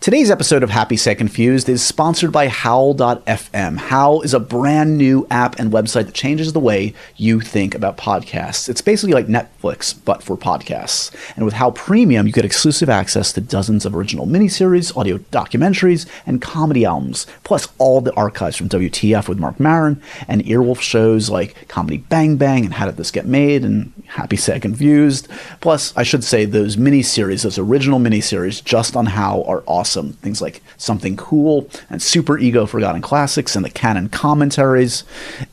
Today's episode of Happy Say Confused is sponsored by Howl.fm. Howl is a brand new app and website that changes the way you think about podcasts. It's basically like Netflix, but for podcasts. And with Howl Premium, you get exclusive access to dozens of original miniseries, audio documentaries, and comedy albums, plus all the archives from WTF with Mark Maron and Earwolf shows like Comedy Bang Bang and How Did This Get Made and Happy Sad Confused. Plus, I should say those miniseries, those original miniseries just on How are awesome. Things like Something Cool and Super Ego Forgotten Classics and the Canon commentaries.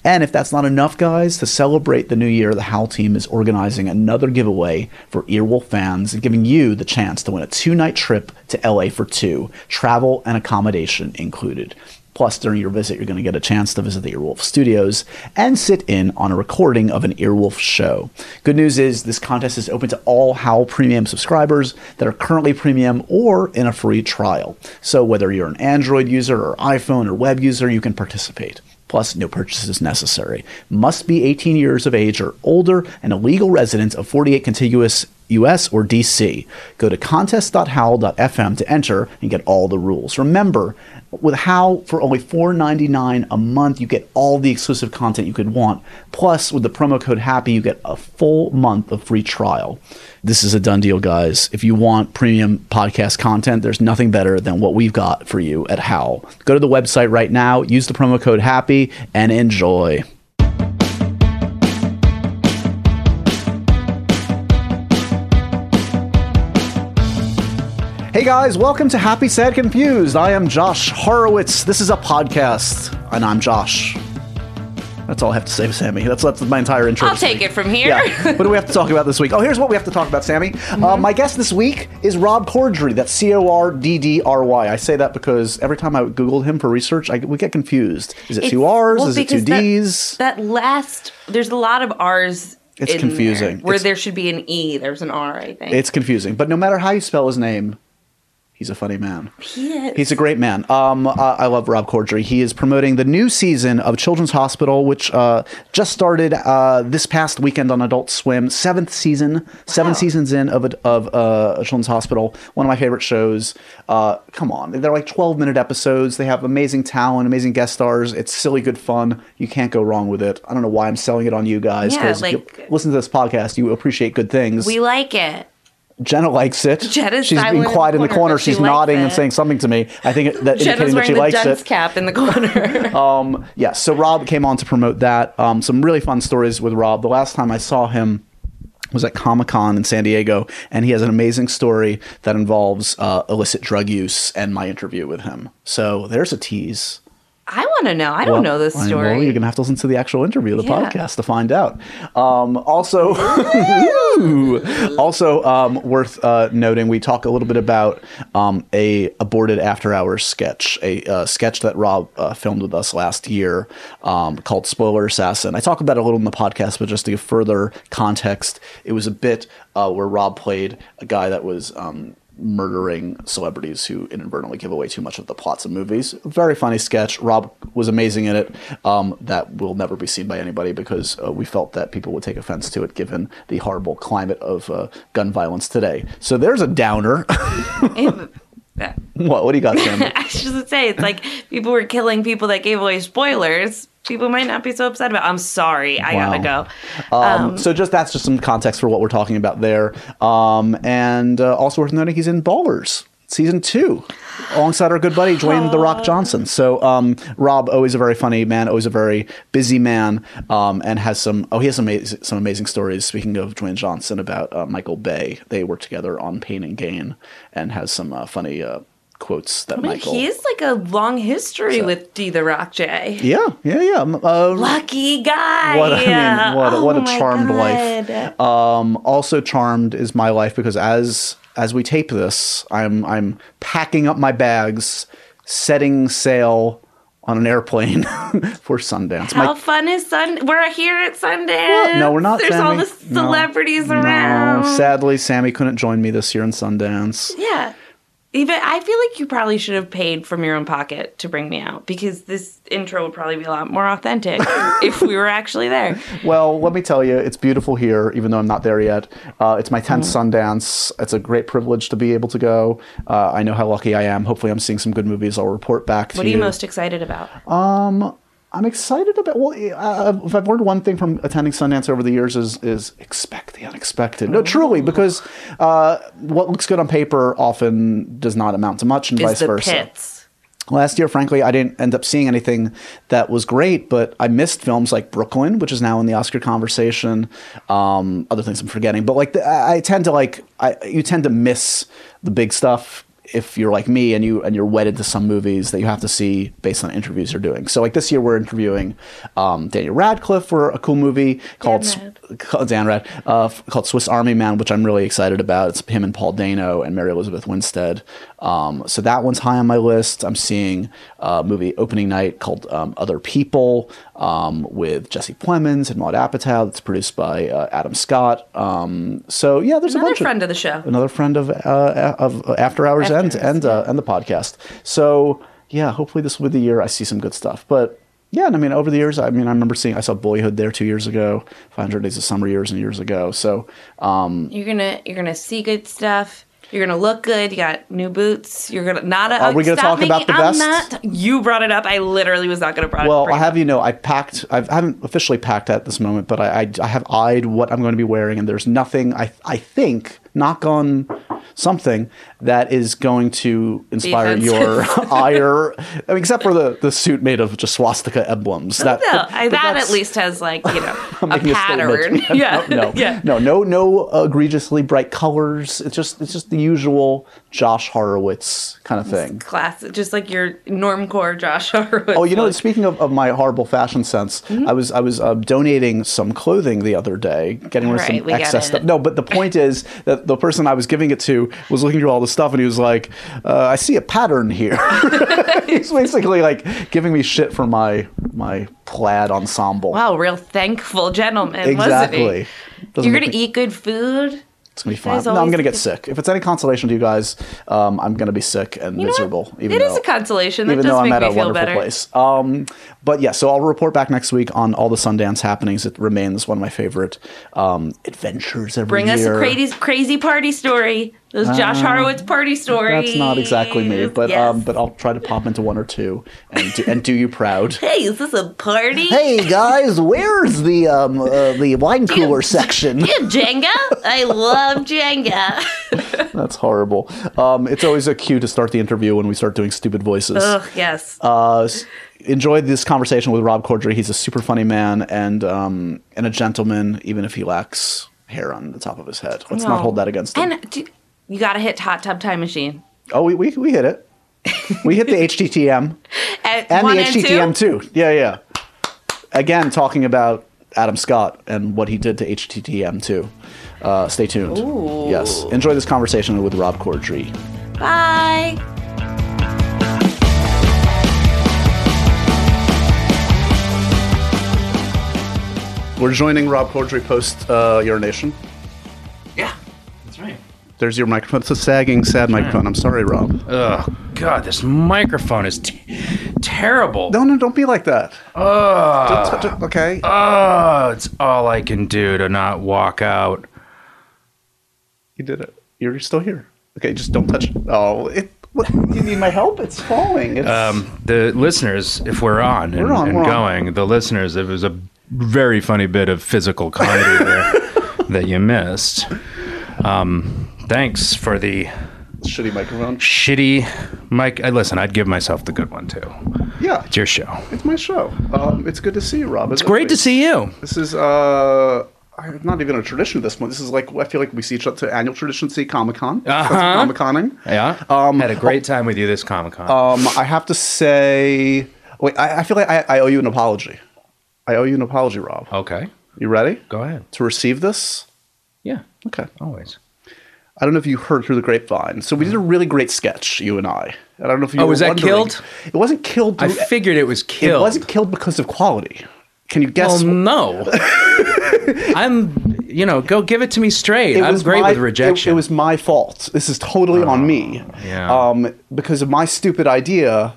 And if that's not enough, guys, to celebrate the new year, the Howl team is organizing another giveaway for Earwolf fans and giving you the chance to win a two night trip to LA for two, travel and accommodation included. Plus, during your visit, you're going to get a chance to visit the Earwolf Studios and sit in on a recording of an Earwolf show. Good news is this contest is open to all Howl Premium subscribers that are currently premium or in a free trial. So, whether you're an Android user or iPhone or web user, you can participate. Plus, no purchase is necessary. Must be 18 years of age or older and a legal resident of 48 contiguous US or DC. Go to contest.howl.fm to enter and get all the rules. Remember, with Howl for only $4.99 a month, you get all the exclusive content you could want. Plus, with the promo code HAPPY, you get a full month of free trial. This is a done deal, guys. If you want premium podcast content, there's nothing better than what we've got for you at Howl. Go to the website right now, use the promo code HAPPY, and enjoy. Hey guys, welcome to Happy, Sad, Confused. I am Josh Horowitz. This is a podcast, and I'm Josh. That's all I have to say, Sammy. That's, that's my entire intro. I'll this take week. it from here. Mm-hmm. Yeah. What do we have to talk about this week? Oh, here's what we have to talk about, Sammy. Uh, my guest this week is Rob Cordry. That's C O R D D R Y. I say that because every time I Googled him for research, I would get confused. Is it It's- two R's? well, is it two because that- D's? That last, there's a lot of R's. It's in confusing. there, where It's- there should be an E, there's an R, I think. it's confusing. But no matter how you spell his name, he's a funny man. he is. He's a great man. Um, I, I love Rob Corddry. He is promoting the new season of Children's Hospital, which uh, just started uh, this past weekend on Adult Swim. Seventh season, seven Wow. seasons in of of uh, Children's Hospital. One of my favorite shows. Uh, come on, they're like twelve minute episodes. They have amazing talent, amazing guest stars. It's silly good fun. You can't go wrong with it. I don't know why I'm selling it on you guys Yeah, because like- listen to this podcast, you appreciate good things. we like it. Jenna likes it. Jenna's She's silent been in the quiet in the corner, corner. but she She's likes nodding and it. saying something to me. I think that indicating Jenna's that wearing she the likes dunce it. cap in the corner. Um, yeah. So Rob came on to promote that. Um, some really fun stories with Rob. The last time I saw him was at Comic Con in San Diego, and he has an amazing story that involves uh, illicit drug use and my interview with him. So there's a tease. I want to know. I don't know this Well, story. Well, you're gonna have to listen to the actual interview, the Yeah. podcast, to find out. Um, also, Ooh. also um, worth uh, noting, we talk a little bit about um, a aborted after hours sketch, a uh, sketch that Rob uh, filmed with us last year um, called "Spoiler Assassin." I talk about it a little in the podcast, but just to give further context, it was a bit uh, where Rob played a guy that was. Um, murdering celebrities who inadvertently give away too much of the plots of movies. Very funny sketch. Rob was amazing in it. Um, that will never be seen by anybody because uh, we felt that people would take offense to it given the horrible climate of uh, gun violence today. So there's a downer. Yeah. what? What do you got, Sam? I should say it's like people were killing people that gave away spoilers. People might not be so upset about. I'm sorry. I Wow. gotta go. Um, so just that's just some context for what we're talking about there. Um, and uh, also worth noting, he's in Ballers season two, alongside our good buddy Dwayne the Rock Johnson. So um, Rob, always a very funny man, always a very busy man, um, and has some oh he has some amazing, some amazing stories. Speaking of Dwayne Johnson about uh, Michael Bay, they worked together on Pain and Gain, and has some uh, funny uh, quotes that But Michael. he is like a long history with D the Rock J. yeah, yeah, yeah. Um, uh, Lucky guy. Oh What- I mean, what a- what a my charmed life. God. Um, also charmed is my life because as as we tape this, I'm I'm packing up my bags, setting sail on an airplane for Sundance. How my, fun is Sun? We're here at Sundance. no, we're not. There's all Sammy. the No. celebrities No. around. Sadly, Sammy couldn't join me this year in Sundance. Yeah. Even I feel like you probably should have paid from your own pocket to bring me out because this intro would probably be a lot more authentic if we were actually there. Well, let me tell you, it's beautiful here, even though I'm not there yet. Uh, it's my 10th Mm. Sundance. It's a great privilege to be able to go. Uh, I know how lucky I am. Hopefully, I'm seeing some good movies. I'll report back to What are you. you most excited about? Uh, I'm excited about. Well, uh, if I've learned one thing from attending Sundance over the years is is expect the unexpected. No, Oh. truly, because uh, what looks good on paper often does not amount to much, and Is vice the versa. pits? Last year, frankly, I didn't end up seeing anything that was great, but I missed films like Brooklyn, which is now in the Oscar conversation. Um, other things I'm forgetting, but like the, I I tend to like I, you tend to miss the big stuff if you're like me and you and you're wedded to some movies that you have to see based on interviews you're doing. So like this year, we're interviewing um, Daniel Radcliffe for a cool movie called Dan Sp- Rad. called Dan Rad, uh, f- called Swiss Army Man, which I'm really excited about. It's him and Paul Dano and Mary Elizabeth Winstead. Um, so that one's high on my list. I'm seeing a movie opening night called um, Other People um, with Jesse Plemons and Maud Apatow. That's produced by uh, Adam Scott. Um, so yeah, there's a Another bunch of friend of the show. another friend of uh, of After Hours After and Hours, and uh, and the podcast. So yeah, hopefully this will be the year I see some good stuff. But yeah, and I mean over the years, I mean I remember seeing I saw Boyhood there two years ago, 500 Days of Summer years and years ago. So um, You're gonna you're gonna see good stuff. You're gonna look good. You got new boots. You're gonna not. A, Are we gonna stop talk about making- the I'm best? Not, you brought it up. I literally was not gonna brought well, bring I it have up. you know I packed. I've, I haven't officially packed at this moment, but I, I I have eyed what I'm going to be wearing, and there's nothing I I think knock on something that is going to inspire your ire. I mean, except for the the suit made of just swastika emblems. That No, but- I, but that that's- at least has like you know a making a pattern. statement. yeah, no, yeah. no, no, no egregiously bright colors. It's just it's just the usual Josh Horowitz kind of thing. Class, just like your normcore Josh Horowitz. Oh, you know, speaking of, of my horrible fashion sense, Mm-hmm. I was I was uh, donating some clothing the other day, getting rid of Right, some we got excess stuff. it. No, but the point is that the person I was giving it to was looking through all the stuff, and he was like, uh, "I see a pattern here." He's basically like giving me shit for my my plaid ensemble. wow, real thankful gentleman, wasn't exactly. he? Doesn't You're make gonna me- eat good food. It's gonna be fine. guys No, I'm always gonna get get- sick. If it's any consolation to you guys, um, I'm gonna be sick and You know what? miserable. It is a consolation. That even does though I'm make at me a feel wonderful better. place. Um, but yeah, so I'll report back next week on all the Sundance happenings. It remains one of my favorite um, adventures every Bring year. Ah, us a crazy, crazy party story. Those Josh Horowitz party stories. That's not exactly me, but Yes. um, but I'll try to pop into one or two and do, and do you proud. hey, is this a party? Hey guys, where's the um, uh, the wine cooler you- section? Yeah, Jenga. I love Jenga. That's horrible. Um, it's always a cue to start the interview when we start doing stupid voices. Ugh, yes. uh, s- enjoyed this conversation with Rob Corddry. He's a super funny man and um, and a gentleman, even if he lacks hair on the top of his head. Let's not No. hold that against him. and do, you got to hit Hot Tub Time Machine. oh, we, we, we hit it. we hit the HTTM At and one the and two? HTTM too. Yeah, yeah. Again, talking about Adam Scott and what he did to HTTM too. Uh, stay tuned. Ooh. Yes, enjoy this conversation with Rob Corddry. Bye. We're joining Rob Corddry post uh, urination. Yeah, that's right. There's your microphone. It's a sagging, sad microphone. I'm sorry, Rob. Oh God, this microphone is t- terrible. No, no, don't be like that. Oh, T- t- okay. oh, it's all I can do to not walk out. You did it. You're still here. Okay, just don't touch it. Oh, it. What, you need my help? It's falling. It's, Um, the listeners, if we're on and, We're on, and we're on. going, the listeners, it was a very funny bit of physical comedy there that you missed. Um, thanks for the shitty microphone. shitty mic. I, listen, I'd give myself the good one too. Yeah, It's your show. it's my show. Um, it's good to see you, Rob. It's great to see you. This is uh, I- not even a tradition at this point. This is like I feel like we see each other annual tradition. See Comic Con. Uh-huh. Comic Conning. Yeah, Um, had a great time with you this Comic Con. Um, I have to say, wait. I, I feel like I, I owe you an apology. I owe you an apology, Rob. okay, You ready go ahead. to receive this? Yeah, Okay. always. I don't know if you heard through the grapevine. So we did a really great sketch, you and I. And I don't know if you. Mm. Oh, were was that wondering. killed? It wasn't killed. I through- figured it was it killed. Oh, wasn't killed because of quality. Can you guess? Well, no. I'm. you know, go give it to me straight. It I'm was great my- with rejection. It, Oh, it was my fault. This is totally on me. yeah. Um, because of my stupid idea.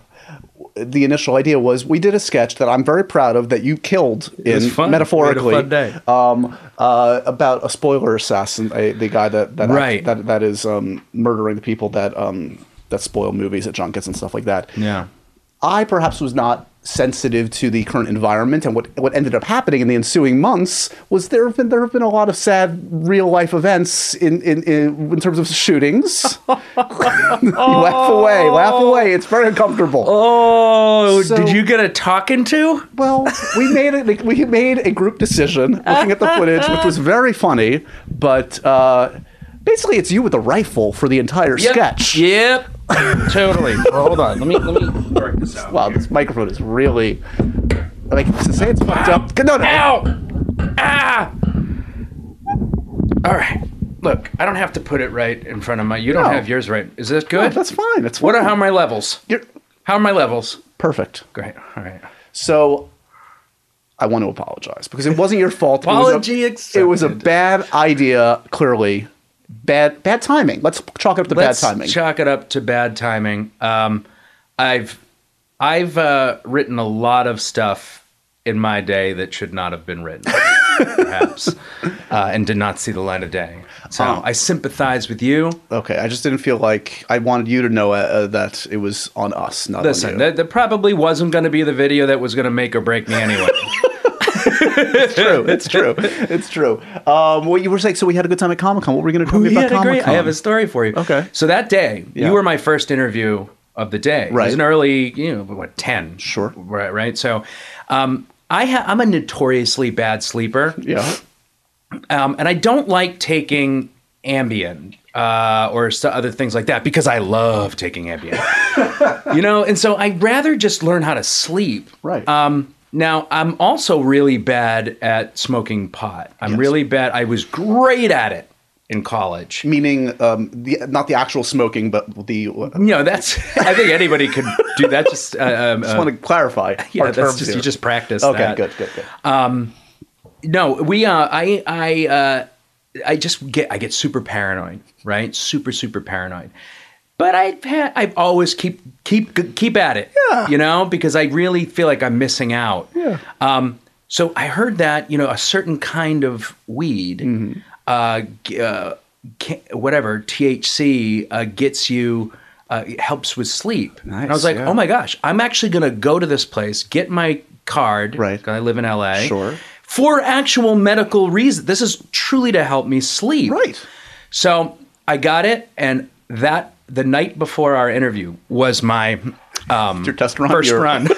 The initial idea was we did a sketch that I'm very proud of that you killed in was fun. metaphorically We had a fun day. Um, uh, about a spoiler assassin, a, the guy that that, act- Right. that that is um, murdering the people that um, that spoil movies at junkets and stuff like that. yeah. I perhaps was not sensitive to the current environment and what, what ended up happening in the ensuing months was there have been there have been a lot of sad real life events in in, in, in terms of shootings. laugh away, laugh away. It's very uncomfortable. Oh, So- did you get a talking to? Well, we made it. Like, we made a group decision looking at the footage, which was very funny. But uh, basically, it's you with a rifle for the entire sketch. Yep. totally. Well, hold on. Let me let me work this out. Wow, this microphone is really like to say it's fucked up. No, no. Ow! Ah! All right. Look, I don't have to put it right in front of my. You No. don't have yours right. Is that good? That's fine. It's What are fine. how are my levels? You're- How are my levels? perfect. Great. All right. So I want to apologize because it wasn't your fault. Apology it was a, it was a accepted. bad idea, clearly. Bad bad timing. Let's chalk it up to Let's bad timing. chalk it up to bad timing. Um, I've I've uh, written a lot of stuff in my day that should not have been written, perhaps, uh, and did not see the light of day. So Oh. I sympathize with you. okay, I just didn't feel like I wanted you to know uh, uh, that it was on us, not on Listen, you. that, that probably wasn't going to be the video that was going to make or break me anyway. true. It's true. It's true. Um, what you were saying. So we had a good time at Comic Con. What were we going to talk We about had a Comic great- Con? I have a story for you. Okay. So that day, Yeah. you were my first interview of the day. It Right. was an early, you know, what, 10? Sure. Right, right. So um, I ha- I'm a notoriously bad sleeper. yeah. Um, and I don't like taking Ambien uh, or so- other things like that because I love taking Ambien. you know, and so I'd rather just learn how to sleep. Right. Um, now, I'm also really bad at smoking pot. I'm Yes. really bad. I was great at it in college. Meaning, um, the, not the actual smoking, but the. I You know, that's, I think anybody could do that. Just, uh, um, just uh, want to clarify. yeah, our that's terms just, here. you just practice Okay. that. Good. Good. Good. no we uh i i uh i just get i get super paranoid right super super paranoid but i've had i've always keep keep keep at it Yeah. you know because i really feel like i'm missing out yeah um so i heard that you know a certain kind of weed Mm-hmm. uh, g- uh ca- whatever thc uh, gets you uh, it helps with sleep and i Nice, was like yeah. oh my gosh i'm actually gonna go to this place get my card Right. i live in la Sure. for actual medical reasons. This is truly to help me sleep. Right. So I got it, and that the night before our interview was my um, Your test run, first your- run.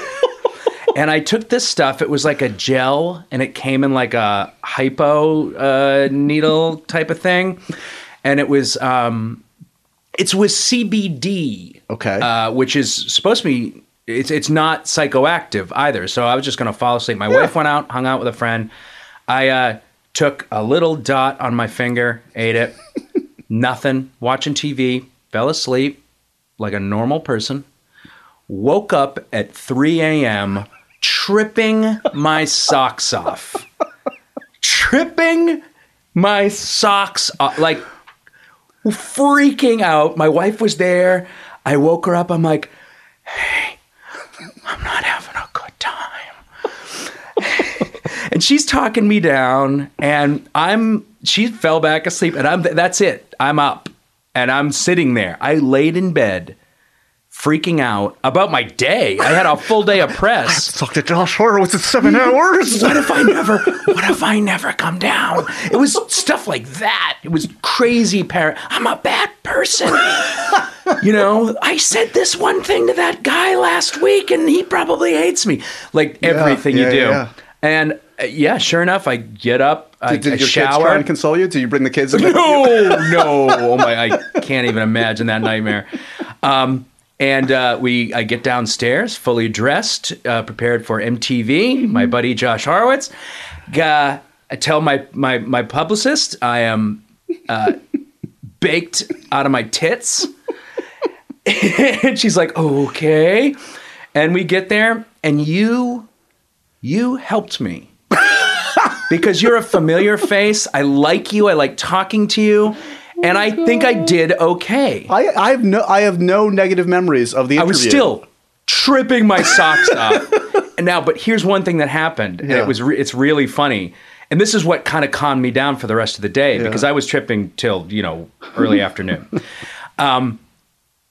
and I took this stuff. It was like a gel, and it came in like a hypo uh, needle type of thing, and it was um, it was CBD. Okay. uh, which is supposed to be. It's it's not psychoactive either. So I was just gonna fall asleep. My wife went out, hung out with a friend. I uh, took a little dot on my finger, ate it. nothing. Watching TV, fell asleep like a normal person woke up at 3 a.m. tripping my socks off. tripping my socks off. Like freaking out. My wife was there. I woke her up. I'm like, hey, I'm not having a good time. and she's talking me down, and I'm, she fell back asleep, and I'm, that's it. I'm up. And I'm sitting there. I laid in bed freaking out about my day. I had a full day of press. Talk to Josh Horowitz in seven hours. What if I never? What if I never come down? It was stuff like that. It was crazy. Par- I'm a bad person. You know, I said this one thing to that guy last week, and he probably hates me. Like everything yeah, you do. yeah, yeah. And uh, yeah, sure enough, I get up. I, Did I your kids shower. try and console you? Did you bring the kids? in? No, no. Oh my! I can't even imagine that nightmare. Um, and uh, we, I get downstairs fully dressed, uh, prepared for MTV. My buddy Josh Horowitz. Uh, I tell my my my publicist I am uh, baked out of my tits, and she's like, "Okay." And we get there, and you, you helped me. because you're a familiar face. I like you. I like talking to you. And I think I did okay. I, I have no I have no negative memories of the interview. I was still tripping my socks off. And now, but here's one thing that happened, and Yeah. it was re- it's really funny. And this is what kind of calmed me down for the rest of the day because I was tripping till you know early afternoon. Um,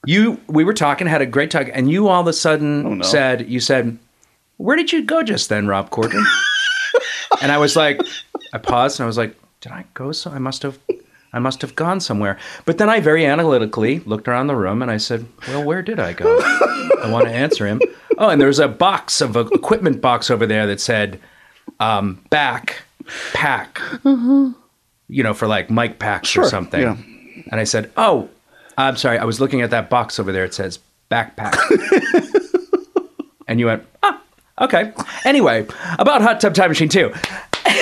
you we were talking, had a great talk, and you all of a sudden no. said you said, "Where did you go just then, Rob Corddry?" and I was like, I paused and I was like, "Did I go? So I must have." I must have gone somewhere. But then I very analytically looked around the room and I said, Well, where did I go? I want to answer him. Oh, and there was a box of a equipment box over there that said um, back pack, you know, for like mic packs or Mm-hmm. Sure, something. yeah. And I said, Oh, I'm sorry. I was looking at that box over there. It says backpack. and you went, Ah, okay. Anyway, about Hot Tub Time Machine 2.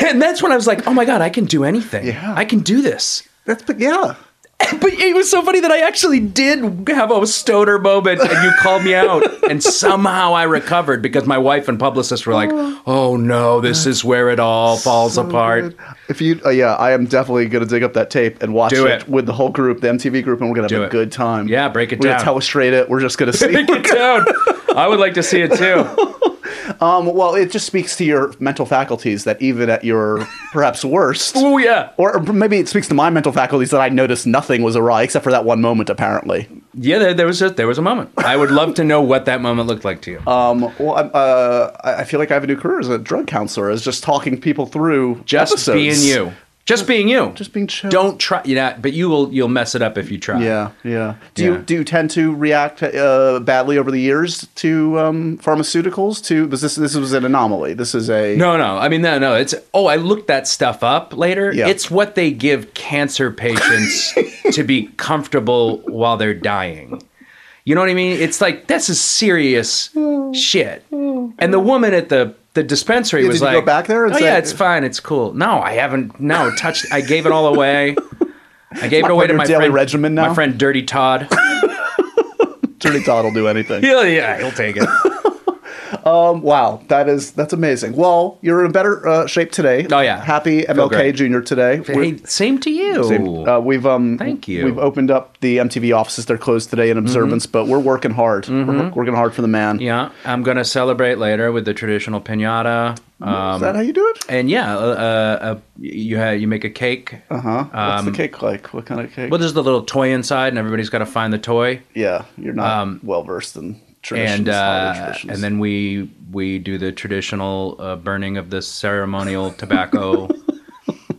And that's when I was like, Oh my God, I can do anything. Yeah. I can do this. That's but yeah. But it was so funny that I actually did have a stoner moment, and you called me out, and somehow I recovered because my wife and publicist were like, "Oh no, this is where it all falls apart." If you uh, yeah, I am definitely gonna dig up that tape and watch Do it, it. with the whole group, the MTV group, and we're gonna Do have a it. good time. Yeah, break it we're down. We're gonna telestrate it. We're just gonna see. Take it down. I would like to see it too. um, well, it just speaks to your mental faculties that even at your perhaps worst. Oh yeah, Or or maybe it speaks to my mental faculties that I noticed nothing was awry except for that one moment, apparently. yeah. There, there was a, there was a moment. I would love to know what that moment looked like to you. Um, well, I'm, uh, I I feel like I have a new career as a drug counselor, as just talking people through just episodes. being you. Just being you. Just being chill. Don't try. You know, but you will. You'll mess it up if you try. Yeah, yeah. Do Yeah. you do you tend to react uh, badly over the years to um, pharmaceuticals? To was this this was an anomaly. This is a No, no. I mean, no, no. It's oh, I looked that stuff up later. Yeah. It's what they give cancer patients to be comfortable while they're dying. You know what I mean? It's like this is serious shit. And the woman at the the dispensary Yeah, was did you like, go back there and oh yeah, say- it's fine, it's cool. No, I haven't. No, touched. I gave it all away. I gave it away to your my daily friend, regimen my now? friend Dirty Todd. Dirty Todd will do anything. yeah, yeah, he'll take it. Um, wow, that is that's amazing. Well, you're in better uh, shape today. Oh, yeah. happy Feel MLK great. Junior today. We're- Hey, same to you. Same. Uh, we've um, Thank you. Mm-hmm. We've opened up the MTV offices. They're closed today in observance, but we're working hard. We're wor- working hard for the man. yeah, I'm gonna celebrate later with the traditional pinata. um, is that how you do it? And yeah, uh, uh, uh, you ha- you make a cake. Huh? What's the cake like? What kind of cake? um, Well, there's the little toy inside, and everybody's got to find the toy. yeah, you're not well versed in traditions. And holiday uh, traditions. and then we we do the traditional uh, burning of the ceremonial tobacco.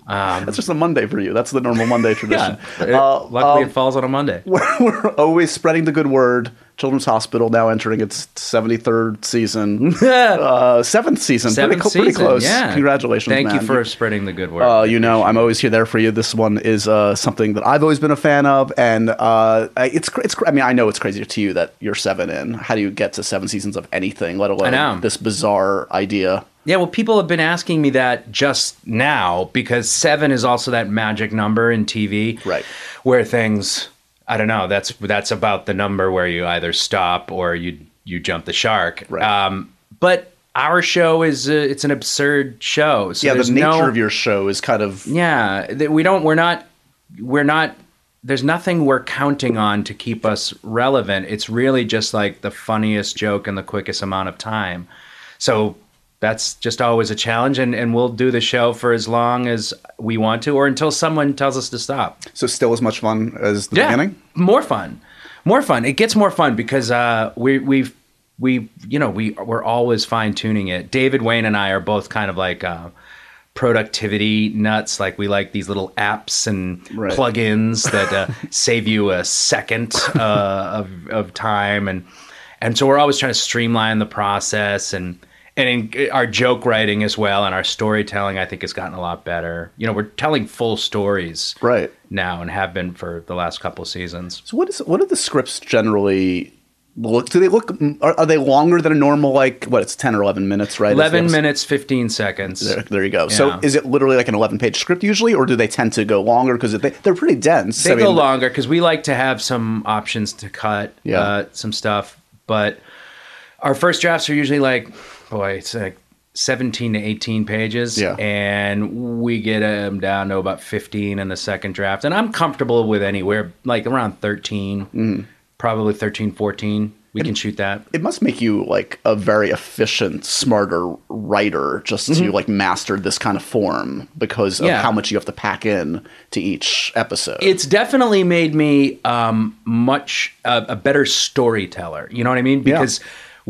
that's just a Monday for you. That's the normal Monday tradition. It- Uh, luckily, um, it falls on a Monday. we're, we're always spreading the good word. Children's Hospital now entering its 73rd season, uh, seventh season, Seventh pretty, cl- pretty season, close. yeah. Congratulations, Thank you man. for spreading the good word. Uh, you know, I'm always here there for you. This one is uh, something that I've always been a fan of, and uh, I- it's cr- it's. cr- I mean, I know it's crazy to you that you're seven in. How do you get to seven seasons of anything, let alone know. this bizarre idea? Yeah, well, people have been asking me that just now because seven is also that magic number in TV, Right. Where things, I don't know. That's that's about the number where you either stop or you you jump the shark. Right. Um, but our show is uh it's an absurd show. So Yeah, the there's nature no- of your show is kind of yeah, that we don't. We're not. We're not. There's nothing we're counting on to keep us relevant. It's really just like the funniest joke in the quickest amount of time. So that's just always a challenge, and, and we'll do the show for as long as we want to, or until someone tells us to stop. so still as much fun as the beginning. More fun, more fun. It gets more fun because uh, we we've we you know we we're always fine tuning it. David Wayne and I are both kind of like uh, productivity nuts. Like we like these little apps and Right. plugins that uh, save you a second uh, of of time and and so we're always trying to streamline the process and. And in our joke writing as well, and our storytelling, I think, has gotten a lot better. You know, we're telling full stories, Right. now and have been for the last couple seasons. So what is what are the scripts generally look? Do they look? Are, are they longer than a normal like what? It's ten or eleven minutes, right? Is the 11 episode- minutes, 15 seconds. There, there you go. So Yeah. is it literally like an 11 page script usually, or do they tend to go longer because they, they're pretty dense? They I go mean, longer because we like to have some options to cut Yeah. uh, some stuff. But our first drafts are usually like, boy, it's like 17 to 18 pages. Yeah. And we get them down to about 15 in the second draft. And I'm comfortable with anywhere, like around 13, Mm-hmm. probably 13, 14. We can shoot that. It must make you like a very efficient, smarter writer just to like master this kind of form because of Mm-hmm. Yeah. how much you have to pack in to each episode. it's definitely made me um, much uh, a better storyteller. You know what I mean? Yeah. Because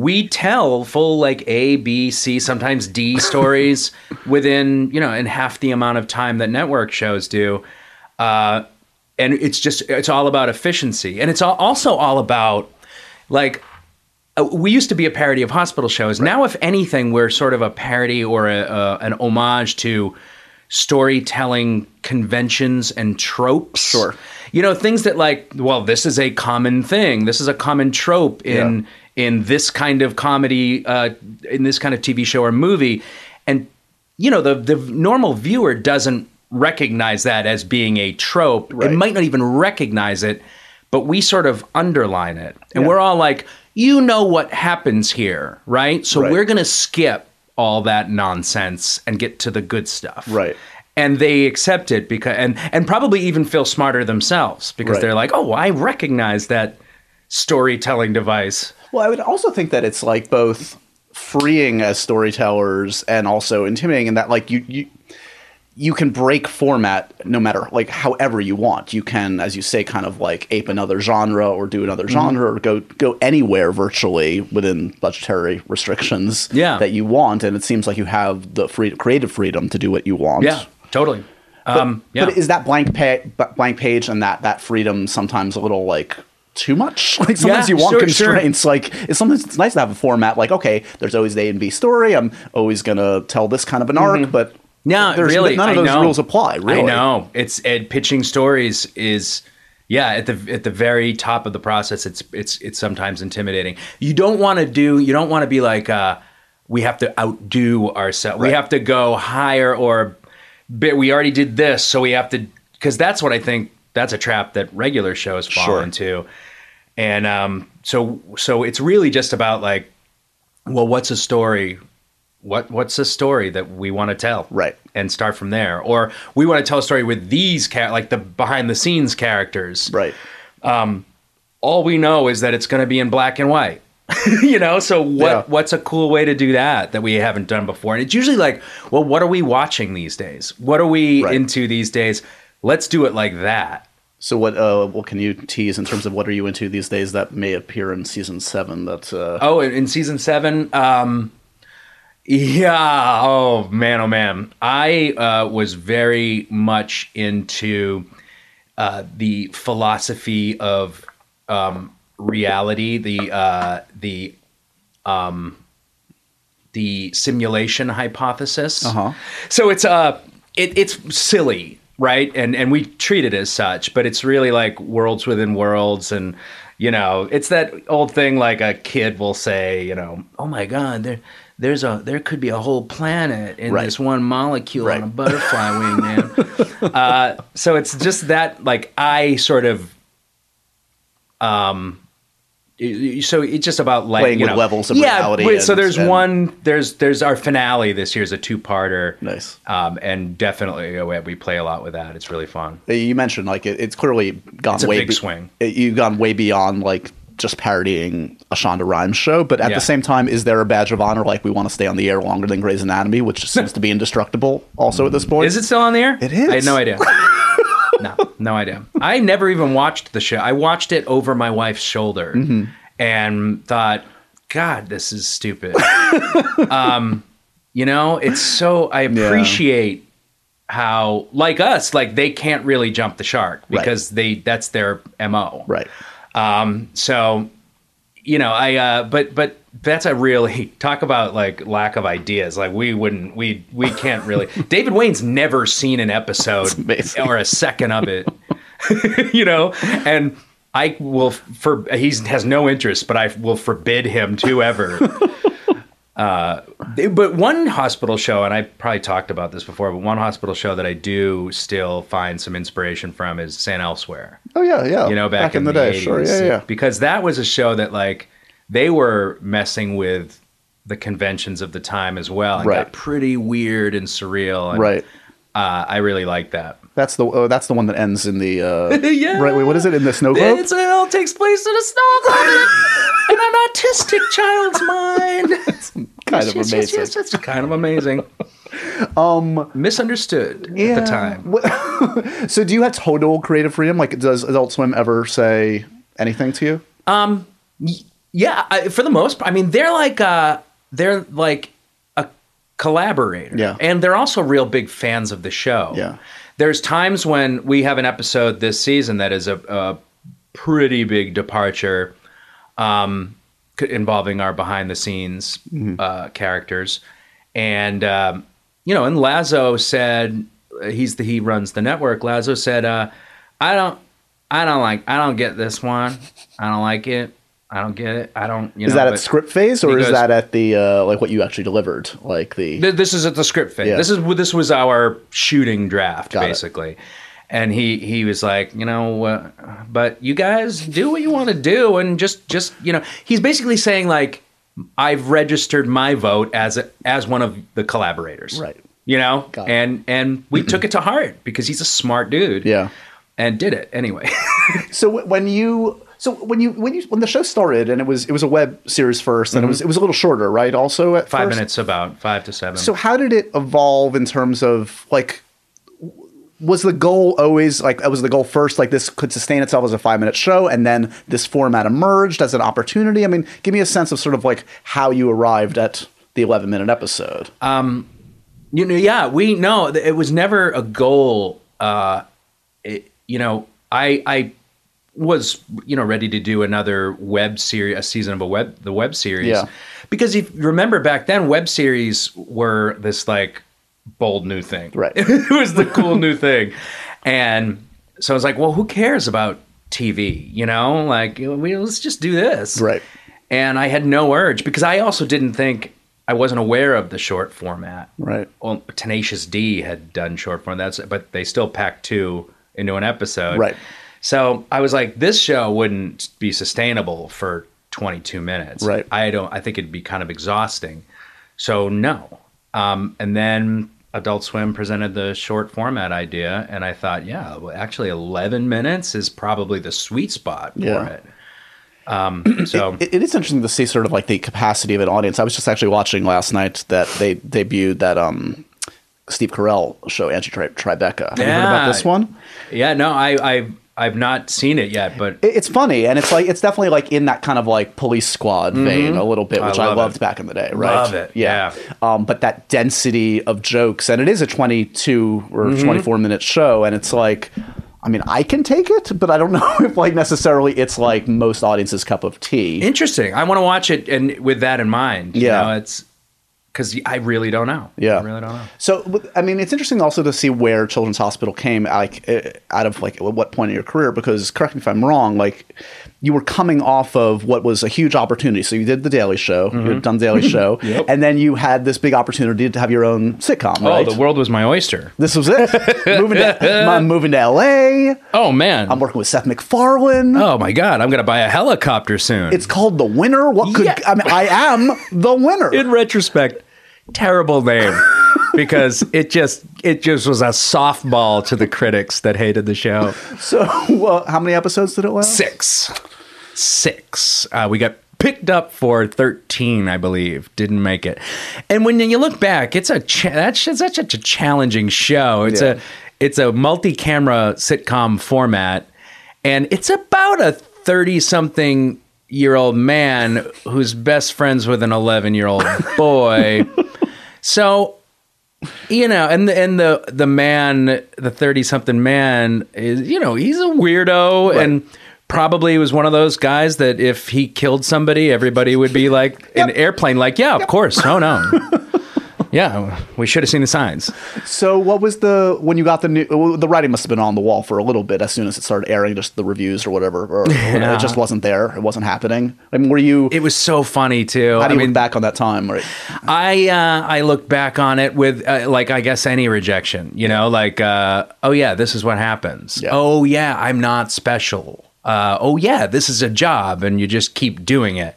we tell full like A, B, C, sometimes D stories within you know in half the amount of time that network shows do, uh, and it's just it's all about efficiency, and it's all, also all about like uh, we used to be a parody of hospital shows. Now, if anything, we're sort of a parody or a, a, an homage to storytelling conventions and tropes. Sure. You know, things that like, well, this is a common thing. This is a common trope in in this kind of comedy, uh, in this kind of TV show or movie, and you know, the the normal viewer doesn't recognize that as being a trope. Right. It might not even recognize it, but we sort of underline it. And Yeah. we're all like, you know what happens here, right? So Right. we're going to skip all that nonsense and get to the good stuff. Right. And they accept it because and and probably even feel smarter themselves because Right. they're like, "Oh, I recognize that storytelling device." Well, I would also think that it's like both freeing as storytellers and also intimidating in that like you you you can break format no matter like however you want. You can, as you say, kind of like ape another genre or do Mm-hmm. another genre or go go anywhere virtually within budgetary restrictions Yeah. that you want. And it seems like you have the free, creative freedom to do what you want. Yeah, totally. um, yeah. But is that blank pa- b- blank page and that that freedom sometimes a little like too much? Like sometimes Yeah, you want sure, sure. constraints. Like it's sometimes it's nice to have a format. Like okay, there's always the A and B story. I'm always gonna tell this kind of an arc, but Mm-hmm. No, there's really, none of I those know. rules apply. Really, I know it's it, pitching stories is yeah at the at the very top of the process. It's it's it's sometimes intimidating. You don't want to do. You don't want to be like uh, we have to outdo ourselves. We Right. have to go higher or bit. We already did this, so we have to because that's what I think. That's a trap that regular shows fall Sure. into, and um, so so it's really just about like, well, what's a story? What what's a story that we want to tell? Right. and start from there. Or we want to tell a story with these char- like the behind the scenes characters. Right. All we know is that it's going to be in black and white. you know, so what Yeah. what's a cool way to do that that we haven't done before? And it's usually like, well, what are we watching these days? What are we Right. into these days? Let's do it like that. So what uh, what can you tease in terms of what are you into these days that may appear in season seven? That uh, Oh, in, in season 7, um yeah, oh man, oh man. I uh, was very much into uh, the philosophy of um, reality, the uh, the um, the simulation hypothesis. Uh-huh. So it's uh, it, it's silly, right? And and we treat it as such, but it's really like worlds within worlds, and you know, it's that old thing like a kid will say, you know, oh my god, there. There's a there could be a whole planet in Right. this one molecule Right. on a butterfly wing, man. Uh, so it's just that like I sort of um y- y- so it's just about like Playing you with know- levels of yeah, reality wait, so and- there's and- one there's there's our finale this year's a two-parter. nice. Um and definitely uh, we we play a lot with that. It's really fun. You mentioned like it, it's clearly gone It's a way big swing. it- you've gone way beyond like just parodying a Shonda Rhimes show, but at Yeah. the same time, is there a badge of honor like we want to stay on the air longer than Grey's Anatomy, which seems to be indestructible also at this point? Is it still on the air? It is. I had no idea. no, no idea. I never even watched the show. I watched it over my wife's shoulder Mm-hmm. and thought, God, this is stupid. um, you know, it's so I appreciate how like us, like they can't really jump the shark Right. because they that's their MO. Right. So, you know, I uh but but that's a really talk about like lack of ideas. Like we wouldn't we we can't really David Wayne's never seen an episode amazing. or a second of it. you know, and I will for he has no interest, but I will forbid him to ever they- but one hospital show, and I probably talked about this before, but one hospital show that I do still find some inspiration from is San Elsewhere Oh yeah, yeah. you know, back, in, the, day, sure, 80s. yeah, yeah. Because that was a show that like they were messing with the conventions of the time as well, and Right. got pretty weird and surreal. And, Right. Uh, I really like that. That's the oh, that's the one that ends in the uh, Yeah. right. Wait, what is it in the snow globe? It's, it all takes place in a snow globe in, an autistic child's mind. kind of It's amazing. just- it's just kind of amazing. Um, misunderstood at Yeah. the time. What- so do you have total creative freedom? Like, does Adult Swim ever say anything to you? Yeah, I, for the most part. I mean, they're like uh they're like a collaborator. Yeah. And they're also real big fans of the show. Yeah. There's times when we have an episode this season that is a, a pretty big departure um c- involving our behind the scenes Mm-hmm. uh characters. And um you know, and Lazo said he's the he runs the network. Lazo said uh I don't I don't like I don't get this one. I don't like it. I don't get it. I don't you Is know that but- at script phase or he is goes- that at the uh, like what you actually delivered? Like the Th- This is at the script thing. Yeah. This is this was our shooting draft Got it. basically. And he he was like, you know, uh, but you guys do what you want to do and just just, you know, he's basically saying like I've registered my vote as a, as one of the collaborators. Right. You know? Got it. And and we took it to heart because he's a smart dude. yeah. And did it anyway. So wh- when you so when you when you when the show started and it was it was a web series first and it was it was a little shorter, right? Also at Mm-hmm. five first? minutes about five to seven. So how did it evolve in terms of like w- was the goal always like was the goal first like this could sustain itself as a five minute show and then this format emerged as an opportunity? I mean, give me a sense of sort of like how you arrived at the eleven minute episode. you know yeah we know th- it was never a goal uh it, you know i i was you know ready to do another web series a season of a web the web series Yeah. because if you remember back then web series were this like bold new thing Right. it was the cool new thing and so i was like well who cares about tv you know like we, let's just do this Right. and i had no urge because i also didn't think i wasn't aware of the short format right. well, Tenacious D had done short form. That's but they still packed two into an episode, Right. So I was like, this show wouldn't be sustainable for 22 minutes, Right. I don't. I think it'd be kind of exhausting. So no. Um, and then Adult Swim presented the short format idea, and I thought, yeah, well, actually, 11 minutes is probably the sweet spot for Yeah. it. Um, so It, it is interesting to see sort of like the capacity of an audience. I was just actually watching last night that they debuted that um, Steve Carell show, Angie Tri- Tribeca. Have you heard about Yeah. this one? yeah, no, I, I've I've not seen it yet, but It- It's funny, and it's like it's definitely like in that kind of like police squad vein a little bit, Mm-hmm. I which I, love loved it. back in the day, right? Love it, yeah. Um, but that density of jokes, and it is a twenty-two or Mm-hmm. twenty-four minute show, and it's like, I mean, I can take it, but I don't know if like necessarily it's like most audiences' cup of tea. Interesting. I want to watch it, and with that in mind, Yeah. you know, it's because I really don't know. Yeah. I really don't know. So, w- I mean, it's interesting also to see where Children's Hospital came like eh, out of like at what point in your career because correct me if I'm wrong, like you were coming off of what was a huge opportunity. So you did the Daily Show, you had done Daily Show, Mm-hmm. Yep. and then you had this big opportunity to have your own sitcom, right? Oh, the world was my oyster. this was it. moving to, I'm moving to LA. Oh man. I'm working with Seth MacFarlane. oh my god. I'm gonna buy a helicopter soon. It's called The Winner. What could Yeah. I mean? I am the winner. in retrospect, terrible name because it just it just was a softball to the critics that hated the show. so, uh, how many episodes did it last? Six, six. Uh, we got picked up for thirteen, I believe. Didn't make it. And when you look back, it's a cha- that's that's such a challenging show. It's Yeah. a it's a multi-camera sitcom format, and it's about a thirty-something year old man who's best friends with an eleven-year-old boy. so you know, and the and the the man, the thirty something man is, you know, he's a weirdo and probably was one of those guys that if he killed somebody, everybody would be like an airplane, like, yeah, of course, oh no, yeah, we should have seen the signs. So what was the when you got the new well, the writing must have been on the wall for a little bit as soon as it started airing just the reviews or whatever or, or it just wasn't there it wasn't happening I mean were you It was so funny too. how do I you mean, look back on that time right I uh, I look back on it with uh, like I guess any rejection, you know, like uh, oh yeah, this is what happens. Yeah. Oh yeah, I'm not special. Uh, oh yeah, this is a job, and you just keep doing it.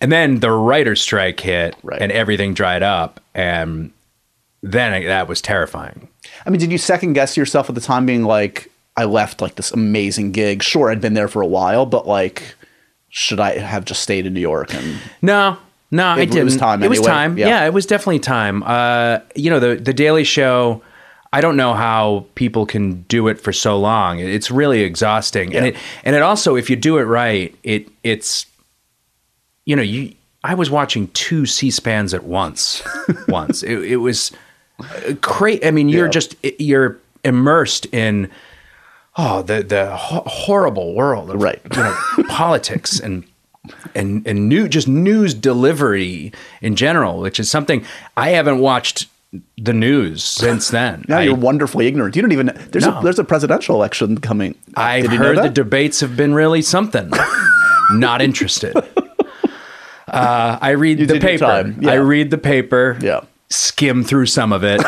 And then the writer's strike hit Right. and everything dried up. And then I, that was terrifying. I mean, did you second guess yourself at the time being like, I left like this amazing gig. Sure, I'd been there for a while, but like, should I have just stayed in New York? And No, no, I It- didn't. it was time It was anyway. time. Yeah. Yeah. it was definitely time. Uh, you know, the the Daily Show. I don't know how people can do it for so long. It- It's really exhausting, and Yeah. it and it also, if you do it right, it it's, you know, you. I was watching two C spans at once. once it, it was great. I mean, you're Yeah. just you're immersed in oh the the ho- horrible world of Right. you know politics and and and new just news delivery in general, which is something I haven't watched the news since then. now I, you're wonderfully ignorant. You don't even there's a No. there's a presidential election coming. I've Did you know heard the that? debates have been really something. Not interested. Uh, I read the did your paper. time, yeah. I read the paper. Yeah. Skim through some of it.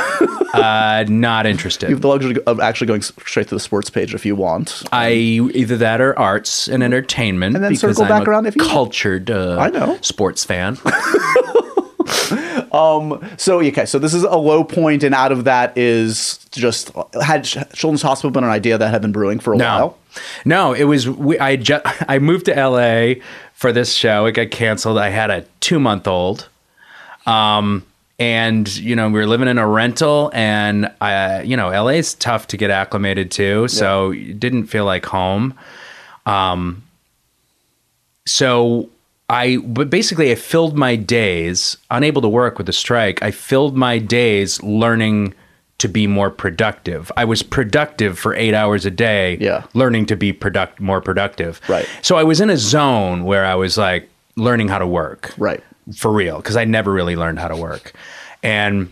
uh, not interested. You have the luxury of actually going s- straight to the sports page if you want. I either that or arts and entertainment. And then because circle I'm back a around if you want. cultured. Uh, I know. sports fan. Um, So okay, so this is a low point, and out of that is just had Sh- Children's Hospital been an idea that had been brewing for a No, while. no, it was. We, I ju- I moved to L.A. for this show. It got canceled. I had a two month old, um, and you know we were living in a rental, and I, you know L.A.'s tough to get acclimated to, so it didn't feel like home. Um, so I, but basically, I filled my days unable to work with the strike. I filled my days learning. To be more productive, I was productive for eight hours a day Yeah. learning to be product more productive. Right. So I was in a zone where I was like learning how to work. Right. For real, because I never really learned how to work, and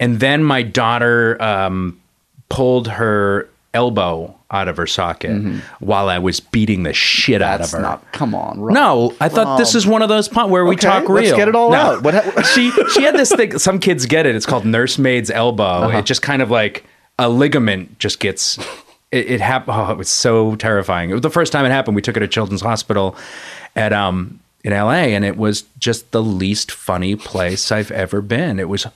and then my daughter um, pulled her elbow out of her socket while I was beating the shit out of Mm-hmm. That's her. not. Come on, Rob. No, I thought this is one of those puns where we Okay, talk real. let's get it all No. out. What ha- she she had this thing. Some kids get it. It's called nursemaid's elbow. Uh-huh. It just kind of like a ligament just gets. It, it happened. Oh, it was so terrifying. It was the first time it happened. We took her to Children's Hospital at um in L.A. and it was just the least funny place I've ever been. It was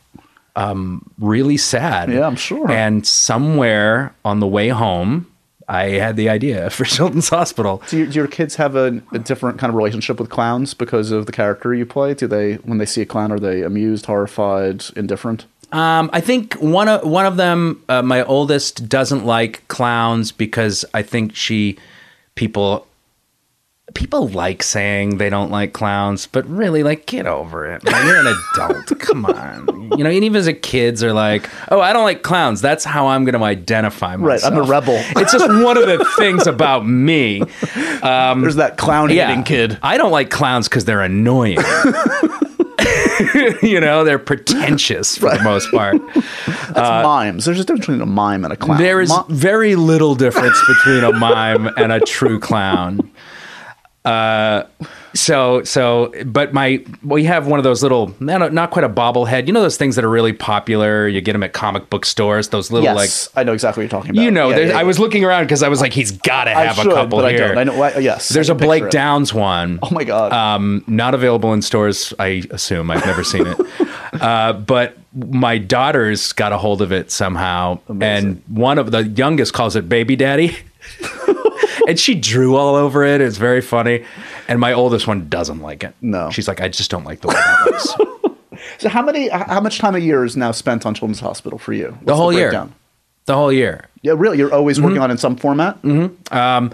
um really sad. Yeah, I'm sure. And somewhere on the way home, I had the idea for Children's Hospital. Do, you, do your kids have a, a different kind of relationship with clowns because of the character you play? Do they, when they see a clown, are they amused, horrified, indifferent? Um, I think one of one of them, uh, my oldest, doesn't like clowns because I think she people people like saying they don't like clowns, but really, like, get over it. man. you're an adult. Come on, you know. And even as a kids are like, oh, I don't like clowns. That's how I'm going to identify Right, myself. I'm a rebel. It's just one of the things about me. Um, There's that clown hating kid. I don't like clowns because they're annoying. you know, they're pretentious for the most part. That's mimes. There's a difference between a mime and a clown. uh, There is Mi- very little difference between a mime and a true clown. Uh, so so, but my we have one of those little not, not quite a bobblehead. You know those things that are really popular. You get them at comic book stores. Those little yes, I know exactly what you're talking about. like you know. Yeah, there- yeah, I yeah. was looking around because I was like, he's got to I have should, a couple but here. I don't. I know. I, yes. There's I a can picture Blake it. Downs one. Oh my god. Um, not available in stores, I assume. I've never seen it. uh, but my daughter's got a hold of it somehow. Amazing. And one of the youngest calls it Baby Daddy. and she drew all over it. It's very funny. And my oldest one doesn't like it. No. She's like, I just don't like the way that looks. so how many? h- How much time a year is now spent on Children's Hospital for you? What's the whole year. Mm-hmm. breakdown? The whole year. Yeah, really. You're always working on it in some format. Um,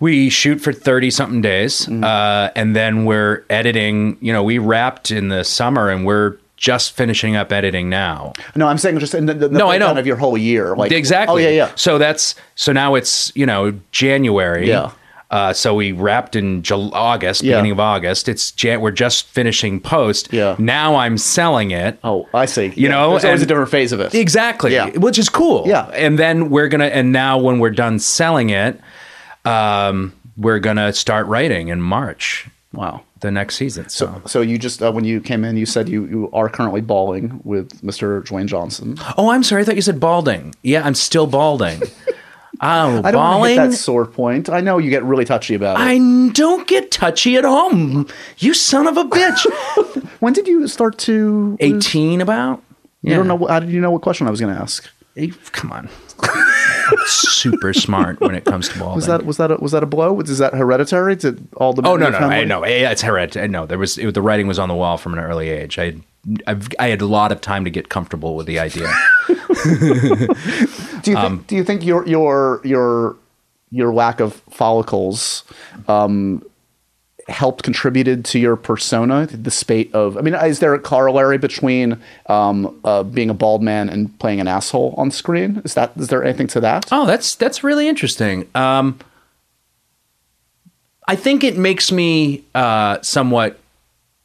we shoot for 30 something days Mm-hmm. uh, and then we're editing. You know, we wrapped in the summer and we're just finishing up editing now. No, I'm saying just in the, the, the No, I know. breakdown of your whole year. Like exactly. Oh yeah, yeah. So that's so now it's you know January. Yeah. Uh, so we wrapped in Jul August, Yeah. beginning of August. It's Jan- we're just finishing post. Yeah. Now I'm selling it. Oh, I see. You know, there's always and- a different phase of it. Exactly. Yeah. Which is cool. Yeah. And then we're gonna and now when we're done selling it, um, we're gonna start writing in March Wow. the next season. So. So you just uh, when you came in, you said you, you are currently balling with Mr. Dwayne Johnson. Oh, I'm sorry. I thought you said balding. Yeah, I'm still balding. Oh, I don't want to balling. hit that sore point. I know you get really touchy about it. I n- don't get touchy at home. You son of a bitch. when did you start to? You 18 about? You don't know. How did you know what question I was going to ask? Come on. Super smart when it comes to ball. Was that was that a, was that a blow? Was- Is that hereditary? Did all the Oh men no in no your no, I family- no eh, it's hereditary. No, there was it, the writing was on the wall from an early age. I I've, I had a lot of time to get comfortable with the idea. Do you think, Um, do you think your your your your lack of follicles um, helped contributed to your persona? The spate of I mean, is there a corollary between um, uh, being a bald man and playing an asshole on screen? Is that is there anything to that? oh, that's that's really interesting. Um, I think it makes me uh, somewhat.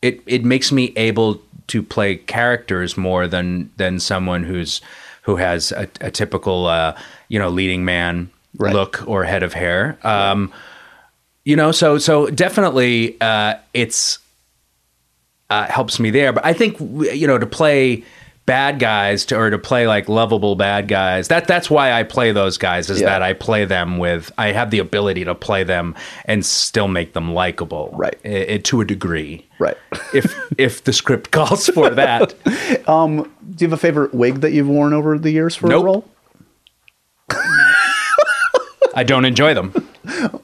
It it makes me able to play characters more than than someone who's who has a, a typical uh, you know leading man Right. look or head of hair. Um, You know, so so definitely uh, it's uh, helps me there. But I think w- you know to play bad guys to, or to play like lovable bad guys. That that's why I play those guys is Yeah. that I play them with I have the ability to play them and still make them likable, Right. I- I- to a degree, Right. if if the script calls for that, Do you have a favorite wig that you've worn over the years for Nope. a role? I don't enjoy them.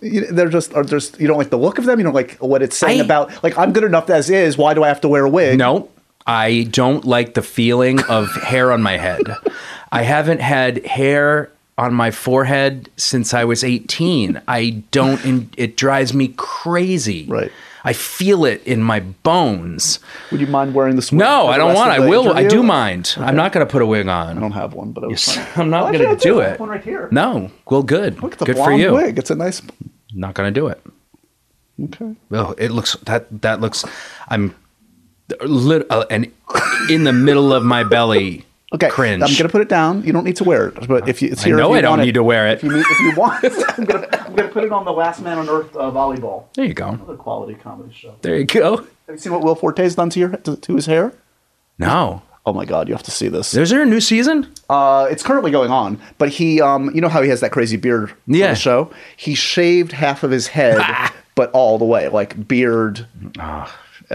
You, they're just are just you don't like the look of them. You don't like what it's saying I- about like I'm good enough as is. Why do I have to wear a wig? No, I don't like the feeling of hair on my head. I haven't had hair on my forehead since I was 18. I don't, and it drives me crazy. Right. I feel it in my bones. Would you mind wearing this? Wig No, for I the don't rest want. of I the will. I interview? do mind. I'm not going to put a wig I on. don't have one, but I was trying. I'm Well, not actually, going I to do I have it. One right here. No, we'll good. Look at the Good for blonde you. wig. It's a nice. Not going to do it. Okay. Oh, it looks that that looks. I'm lit, uh, and in the middle of my belly. Okay. cringe. I'm gonna put it down. You don't need to wear it, but if you, it's I here, if know you I don't want need to wear it. If you, need- if you want, I'm gonna, I'm gonna put it on the Last Man on Earth uh, volleyball. There you go. Another quality comedy show. There you go. Have you seen what Will Forte's done to your to, to his hair? No. Oh my God, you have to see this. Is there a new season? Uh, it's currently going on, but he, um, you know how he has that crazy beard for Yeah. the show. He shaved half of his head, but all the way, like beard.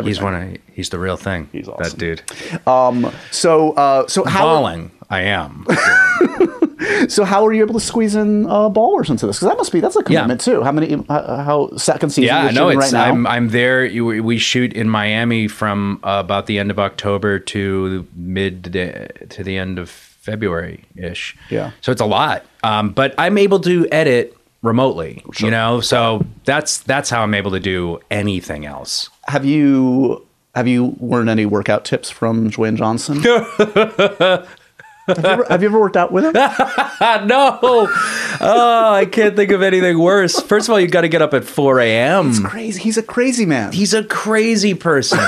he's one of he's the real thing. He's That awesome. dude. So, uh, so how? Balling. I am. So how are you able to squeeze in uh, ballers into this? Because that must be that's a commitment too. How many? How, how second season? yeah, you're no, shooting it's right now. I'm I'm there. You- We shoot in Miami from uh, about the end of October to mid uh, to the end of February ish. Yeah. So it's a lot. Um, but I'm able to edit remotely. Sure. You know, so that's that's how I'm able to do anything else. have you have you learned any workout tips from Dwayne Johnson? have, you ever, have you ever worked out with him? Ah, no. oh, I can't think of anything worse. First of all, you got to get up at 4 a.m. crazy. He's a crazy man. He's a crazy person.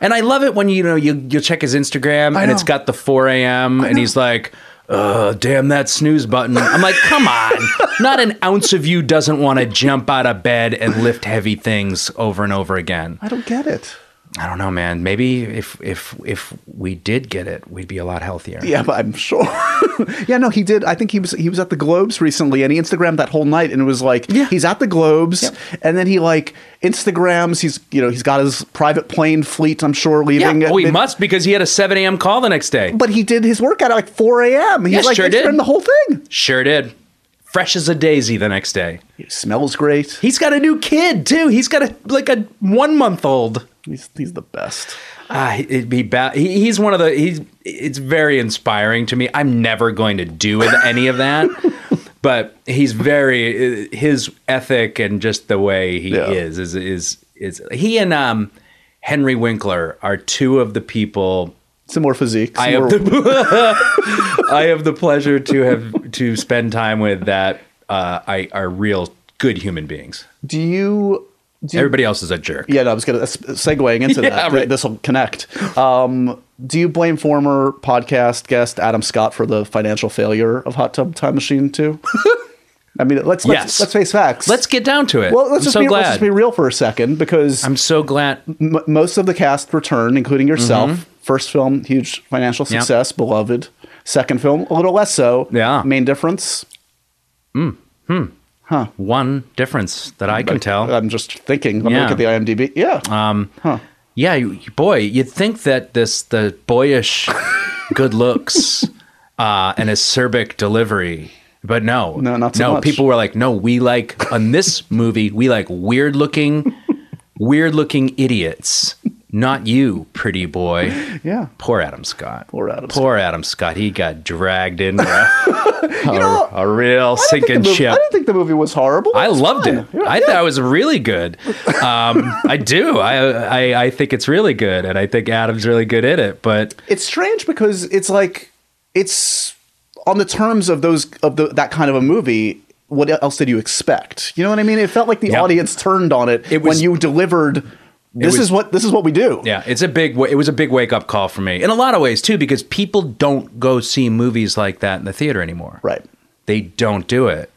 and I love it when you know you you check his Instagram and know. it's got the 4 a.m. and he's like, uh, damn that snooze button. I'm like, come on. Not an ounce of you doesn't want to jump out of bed and lift heavy things over and over again. I don't get it. I don't know, man. Maybe if if if we did get it, we'd be a lot healthier. Yeah, but I'm sure. yeah, no, he did. I think he was he was at the Globes recently, and he Instagrammed that whole night, and it was like Yeah. he's at the Globes, Yep. and then he like Instagrams. He's you know he's got his private plane fleet. I'm sure Yeah. leaving. at Oh, he mid- must because he had a 7 a.m. call the next day. But he did his workout at like 4 a.m. He Yeah, like sure did. Instagrammed the whole thing. Sure did. Fresh as a daisy the next day. He smells great. He's got a new kid too. He's got a like a one month old. He's he's the best. Ah, it'd be bad. He, he's one of the. He's. It's very inspiring to me. I'm never going to do with any of that. but he's very his ethic and just the way he Yeah. is is is is he and um Henry Winkler are two of the people Similar physique. I similar- have the I have the pleasure to have to spend time with that uh, I are real good human beings. do you? Do you- Everybody else is a jerk. yeah, no, I was gonna that's segueing into Yeah, that. right. This will connect. Um, do you blame former podcast guest Adam Scott for the financial failure of Hot Tub Time Machine too? I mean, let's let's, Yes. let's face facts. Let's get down to it. well, let's I'm just, so be, glad. let's just be real for a second because I'm so glad. m- most of the cast returned, including yourself. First film, huge financial Mm-hmm. Yeah. success, beloved. Second film, a little less so. Yeah. Main difference, One difference that I can tell. I'm just thinking. Let me Oh. Yeah. Uh, look at the IMDb. Yeah. Yeah, you, you- boy, you'd think that this the boyish good looks uh, and acerbic delivery, but no, No, not so no. much. People were like, no, we like on this movie, we like weird looking, weird looking idiots. Not you, pretty boy. yeah. Poor Adam Scott. Poor Adam Poor Adam Scott. He got dragged in a, know, a I didn't think the real sinking movie- ship. I didn't think the movie was horrible. I It's loved fine. it. I thought it was really good. Um, I do. I, I I think it's really good, and I think Adam's really good in it. But It's strange because it's like it's on the terms of those of the, that kind of a movie. What e-, else did you expect? You know what I mean? It felt like the Yeah. audience turned on it, It was- when you delivered. This was- is what this is what we do. yeah, it's a big. wa- It was a big wake up call for me in a lot of ways too, because people don't go see movies like that in the theater anymore. Right. They don't do it.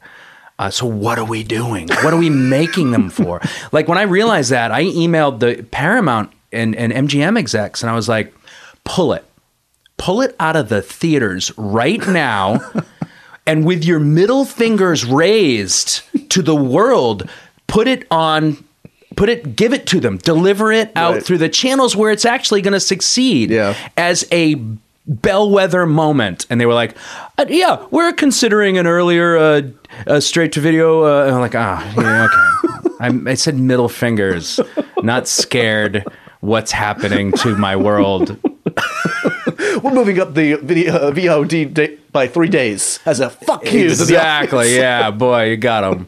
Uh, so what are we doing? What are we making them for? Like when I realized that, I emailed the Paramount and, and MGM execs, and I was like, "Pull it, pull it out of the theaters right now, and with your middle fingers raised to the world, put it on." Put it, give it to them, deliver it out Right. through the channels where it's actually going to succeed Yeah. as a bellwether moment and they were like uh, yeah we're considering an earlier uh, uh, straight to video uh, and i'm like ah yeah, okay I'm, i said middle fingers not scared what's happening to my world We're moving up the video uh, VOD day, by three days as a fuck you. to the exactly audience. yeah boy you got them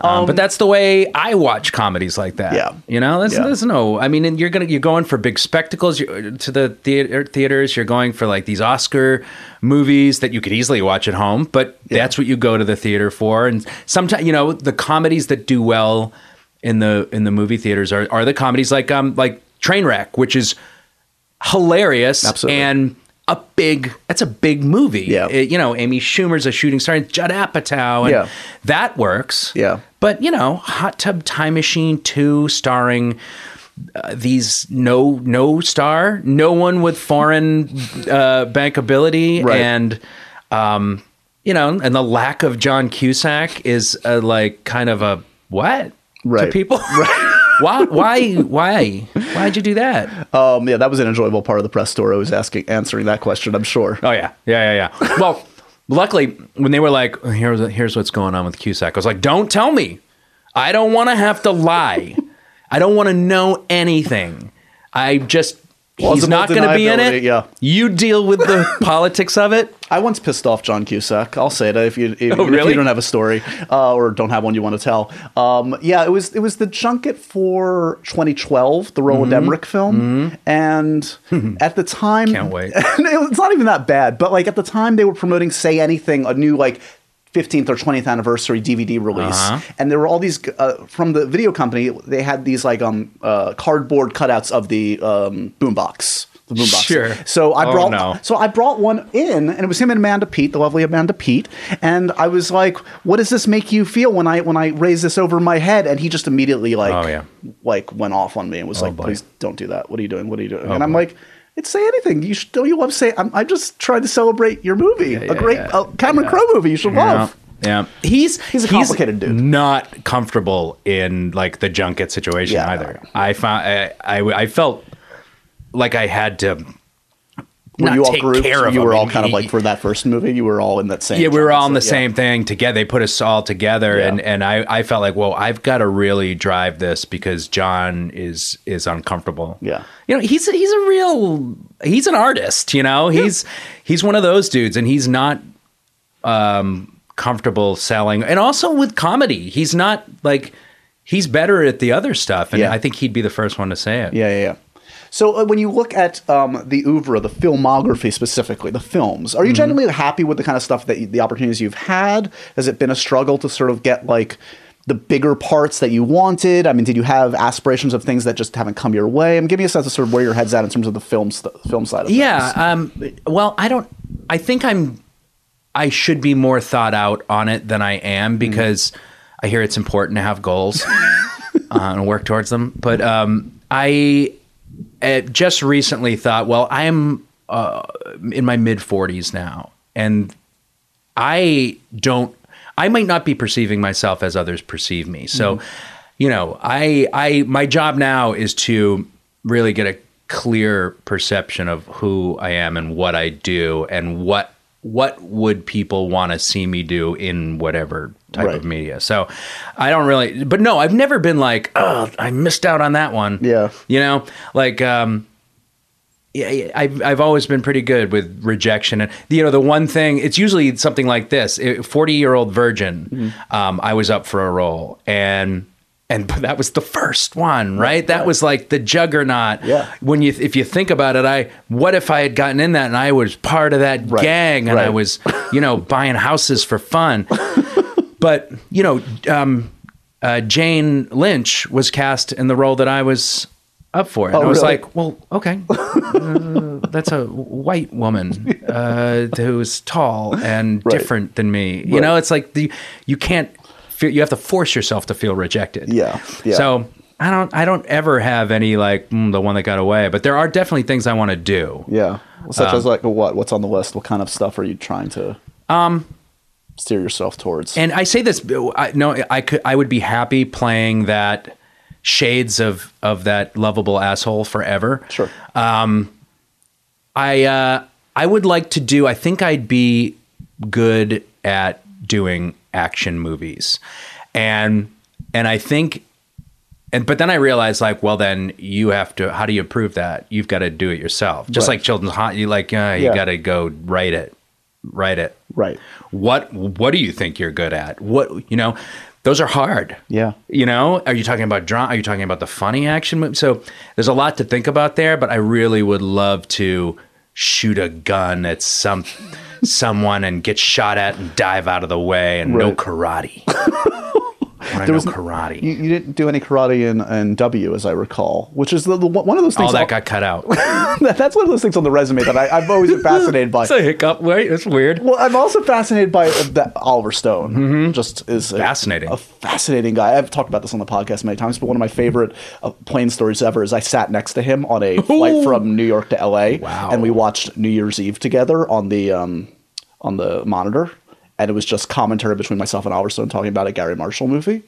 but that's the way i watch comedies like that Yeah. you know there's, Yeah. there's no i mean and you're gonna you're going for big spectacles you're, to the theater theaters you're going for like these oscar movies that you could easily watch at home but that's what you go to the theater for and sometimes you know the comedies that do well in the in the movie theaters are, are the comedies like um like trainwreck which is hilarious Absolutely. and a big that's a big movie Yeah. It- you know, Amy Schumer's a shooting star, and Judd Apatow, and Yeah. that works. Yeah. But, you know, Hot Tub Time Machine 2 starring uh, these no no star, no one with foreign uh, bankability Right. and um you know, and the lack of John Cusack is uh like kind of a what Right. to people. why why why why'd you do that? Um, yeah, that was an enjoyable part of the press tour. I was asking, answering that question. I'm sure. Oh yeah, yeah, yeah, yeah. Well, luckily when they were like, "Here's here's what's going on with Cusack," I was like, "Don't tell me. I don't want to have to lie. I don't want to know anything. I just he's Plausible not going to be in deniability, it. yeah. you deal with the politics of it. I once pissed off John Cusack. I'll say it if you if, even if Oh, really? you don't have a story uh, or don't have one you want to tell. Um, yeah, it was it was the junket for 2012, the Roland Mm-hmm. Emmerich film, and at the time, Can't wait. and it- it's not even that bad, but like at the time they were promoting "Say Anything," a new like. 15th or 20th anniversary DVD release, Uh-huh. and there were all these uh, from the video company. They had these like um uh, cardboard cutouts of the um, boombox, the boombox. Sure. So I Oh, brought no. so I brought one in, and it was him and Amanda Pete, the lovely Amanda Pete. And I was like, "What does this make you feel when I when I raise this over my head?" And he just immediately like Oh, yeah. Oh, like went off on me and was like, boy. Oh, "Please don't do that. What are you doing? What are you doing?" and I'm boy. like. It's say anything. You should, don't you love say? I'm, I'm just trying to celebrate your movie, a yeah, great yeah. uh, Cameron Crowe movie. You should love. Oh, Yeah. yeah. He's Oh. He's a complicated dude. Not comfortable in like the junket situation Yeah, either. no, I found I, I I felt like I had to Were not you all take grouped? care of you him. were all And kind of he- like for that first movie. You were all in that same. yeah, we were all in the yeah. same thing together. They put us all together, Yeah. and and I I felt like, well, I've got to really drive this because John is is uncomfortable. Yeah. you know, he's a, he's a real he's an artist. You know, he's he's one of those dudes, and he's not um comfortable selling, and also with comedy, he's not like he's better at the other stuff, and Yeah. I think he'd be the first one to say it. Yeah, yeah, yeah. So uh, when you look at um, the oeuvre, the filmography specifically, the films, Mm-hmm. are you genuinely happy with the kind of stuff that you, the opportunities you've had? Has it been a struggle to sort of get like the bigger parts that you wanted? I mean, did you have aspirations of things that just haven't come your way? I'm giving you a sense of sort of where your head's at in terms of the film st- film side of Yeah. things. Um, well, I don't. I think I'm. I should be more thought out on it than I am because I hear it's important to have goals uh, and work towards them. But um, I uh, just recently thought, well, I'm uh, in my mid 40s now, and I don't. I might not be perceiving myself as others perceive me. So, you know, I I my job now is to really get a clear perception of who I am and what I do and what what would people want to see me do in whatever type Right. of media. So, I don't really but no, I've never been like, "Oh, I missed out on that one." Yeah. You know, like um yeah, I've I've always been pretty good with rejection, and you know the one thing it's usually something like this: forty year old virgin. Mm-hmm. Um, I was up for a role, and and that was the first one, right? That was like the juggernaut. Yeah. When you if you think about it, I what if I had gotten in that and I was part of that Right, gang and I right. was you know buying houses for fun, but you know um, uh, Jane Lynch was cast in the role that I was up for, and Oh, I was really? like, well, okay Uh, that's a white woman uh, who's tall and Right. different than me. You know, it's like the you can't feel you have to force yourself to feel rejected. Yeah, yeah. So I don't I don't ever have any like mm, the one that got away, but there are definitely things I want to do. Yeah. Such um, as like what? What's on the list? What kind of stuff are you trying to um steer yourself towards? And I say this I, no I could I would be happy playing that shades of of that lovable asshole forever. sure. I uh, I would like to do. I think I'd be good at doing action movies, and and I think, and but then I realized like, well, then you have to. How do you prove that? You've got to do it yourself. Just Right. like children's hot, you like uh, you Yeah. got to go write it, write it. right. What what do you think you're good at? What you know, those are hard. Yeah. You know, are you talking about drama? Are you talking about the funny action movie? So there's a lot to think about there, but I really would love to shoot a gun at some someone and get shot at and dive out of the way and no Right. karate. I know was- karate. You, you didn't do any karate in, in W, as I recall, which is the, the one one of those things. All Oh, that got cut out. that's one of those things on the resume that I, I've always been fascinated by. It's a hiccup, right? It's weird. Well, I'm also fascinated by uh, that Oliver Stone. Just is a, Mm-hmm. Fascinating. a fascinating guy. I've talked about this on the podcast many times, but one of my favorite uh, plane stories ever is I sat next to him on a flight from New York to LA, Wow. and we watched New Year's Eve together on the um, on the monitor, and it was just commentary between myself and Oliver Stone talking about a Gary Marshall movie.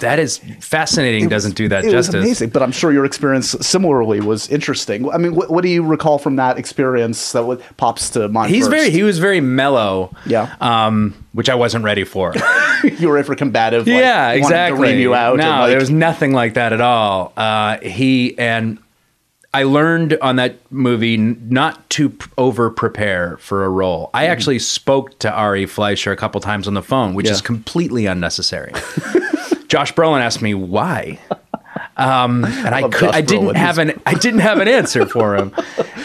that is fascinating. doesn't do that it justice. was amazing, but I'm sure your experience similarly was interesting. I mean, what, what do you recall from that experience that w- pops to mind? He's first? very. He was very mellow. Yeah. Um, which I wasn't ready for. you were ready for combative. Like, yeah, wanting exactly. To ream you out. No, and, like, there was nothing like that at all. Uh, he and I learned on that movie n- not to p- over prepare for a role. Mm-hmm. I actually spoke to Ari Fleischer a couple times on the phone, which Yeah. is completely unnecessary. Josh Brolin asked me why. Um, and I, love could, Josh I didn't Brolin. have an I didn't have an answer for him,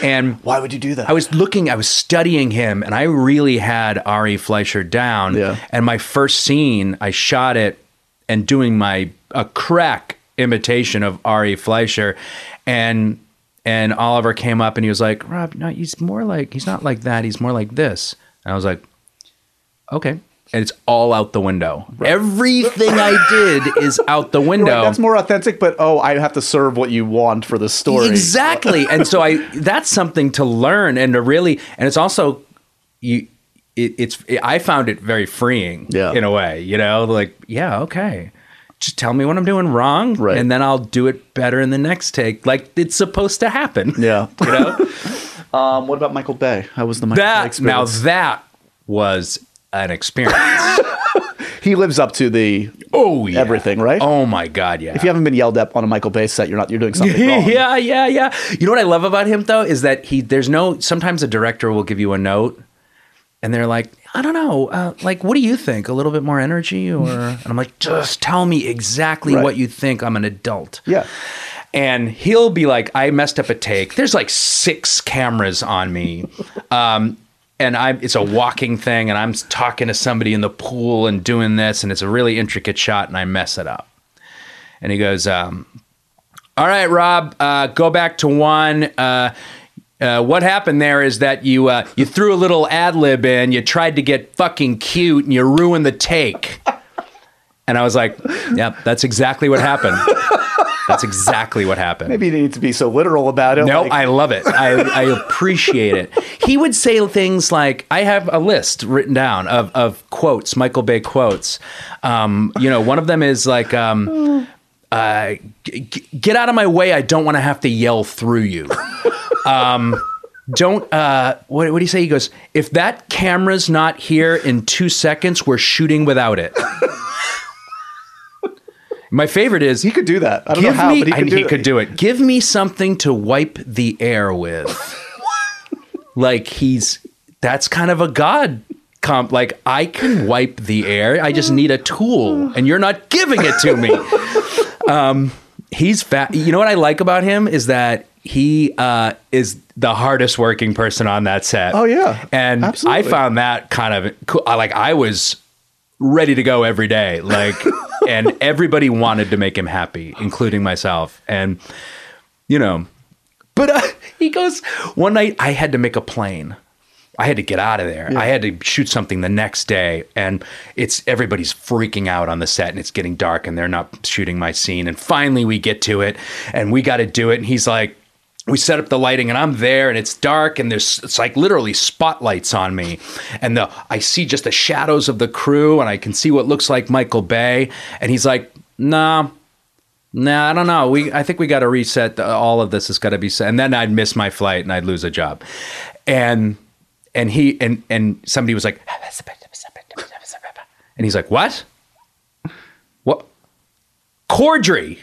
and Why would you do that? I was looking, I was studying him, and I really had Ari Fleischer down. Yeah. And my first scene, I shot it and doing my a crack imitation of Ari Fleischer, and and Oliver came up and he was like, Rob, no, he's more like he's not like that. He's more like this. And I was like, okay. And it's all out the window. Everything I did is out the window. Right, That's more authentic, but oh, I have to serve what you want for the story. Exactly. and so I that's something to learn and to really and it's also you it, it's I found it very freeing Yeah. in a way, you know, like yeah, okay. Just tell me what I'm doing wrong Right. and then I'll do it better in the next take. Like it's supposed to happen. Yeah. You know? Um, what about Michael Bay? How was the Michael Bay that now experience? that was an experience. he lives up to the. oh yeah. Everything, right? Oh my god, yeah. If you haven't been yelled at on a Michael Bay set, you're not. You're doing something wrong. yeah, yeah, yeah. You know what I love about him though is that he there's no sometimes a director will give you a note and they're like, I don't know, uh, like what do you think? A little bit more energy or and I'm like, just tell me exactly Right. what you think. I'm an adult. Yeah. And he'll be like, I messed up a take. There's like six cameras on me. Um and I'm it's a walking thing and I'm talking to somebody in the pool and doing this and it's a really intricate shot and I mess it up. And he goes, um, all right, Rob, uh, go back to one. Uh, uh, what happened there is that you uh, you threw a little ad lib in, you tried to get fucking cute, and you ruined the take. And I was like, "Yep, that's exactly what happened." That's exactly what happened. Maybe you need to be so literal about it. No, like- I love it. I, I appreciate it. He would say things like, I have a list written down of, of quotes, Michael Bay quotes. Um, you know, one of them is like, um, uh, g- g- get out of my way. I don't want to have to yell through you. Um, don't, uh, what, what do you say? He goes, if that camera's not here in two seconds, we're shooting without it. My favorite is he could do that. I don't know Give how, me, but he could, and do, he it. could do it. Give me something to wipe the air with. like he's that's kind of a god comp. Like I can wipe the air. I just need a tool, and you're not giving it to me. um, he's fat. You know what I like about him is that he uh, is the hardest working person on that set. Oh, yeah. and I Absolutely. found that kind of cool. I- Like I was ready to go every day. Like, and everybody wanted to make him happy, including myself. And, you know, but uh, he goes, one night I had to make a plane. I had to get out of there. I had to shoot something the next day. And it's everybody's freaking out on the set and it's getting dark and they're not shooting my scene. And finally we get to it and we got to do it. And he's like, we set up the lighting and I'm there and it's dark and there's it's like literally spotlights on me and the I see just the shadows of the crew and I can see what looks like Michael Bay and he's like nah nah I don't know we I think we got to reset the, all of this has got to be set and then I'd miss my flight and I'd lose a job and and he and and somebody was like and he's like what what Cordry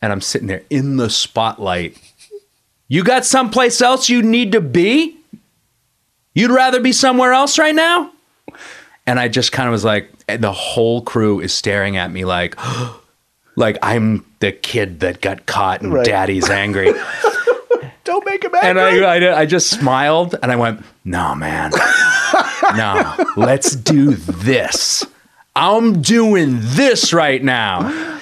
and I'm sitting there in the spotlight you got someplace else you need to be? You'd rather be somewhere else right now? And I just kind of was like, and the whole crew is staring at me like, like I'm the kid that got caught and Right. daddy's angry. Don't make him angry. and I, I, I just smiled and I went, no, man, no, let's do this. I'm doing this right now.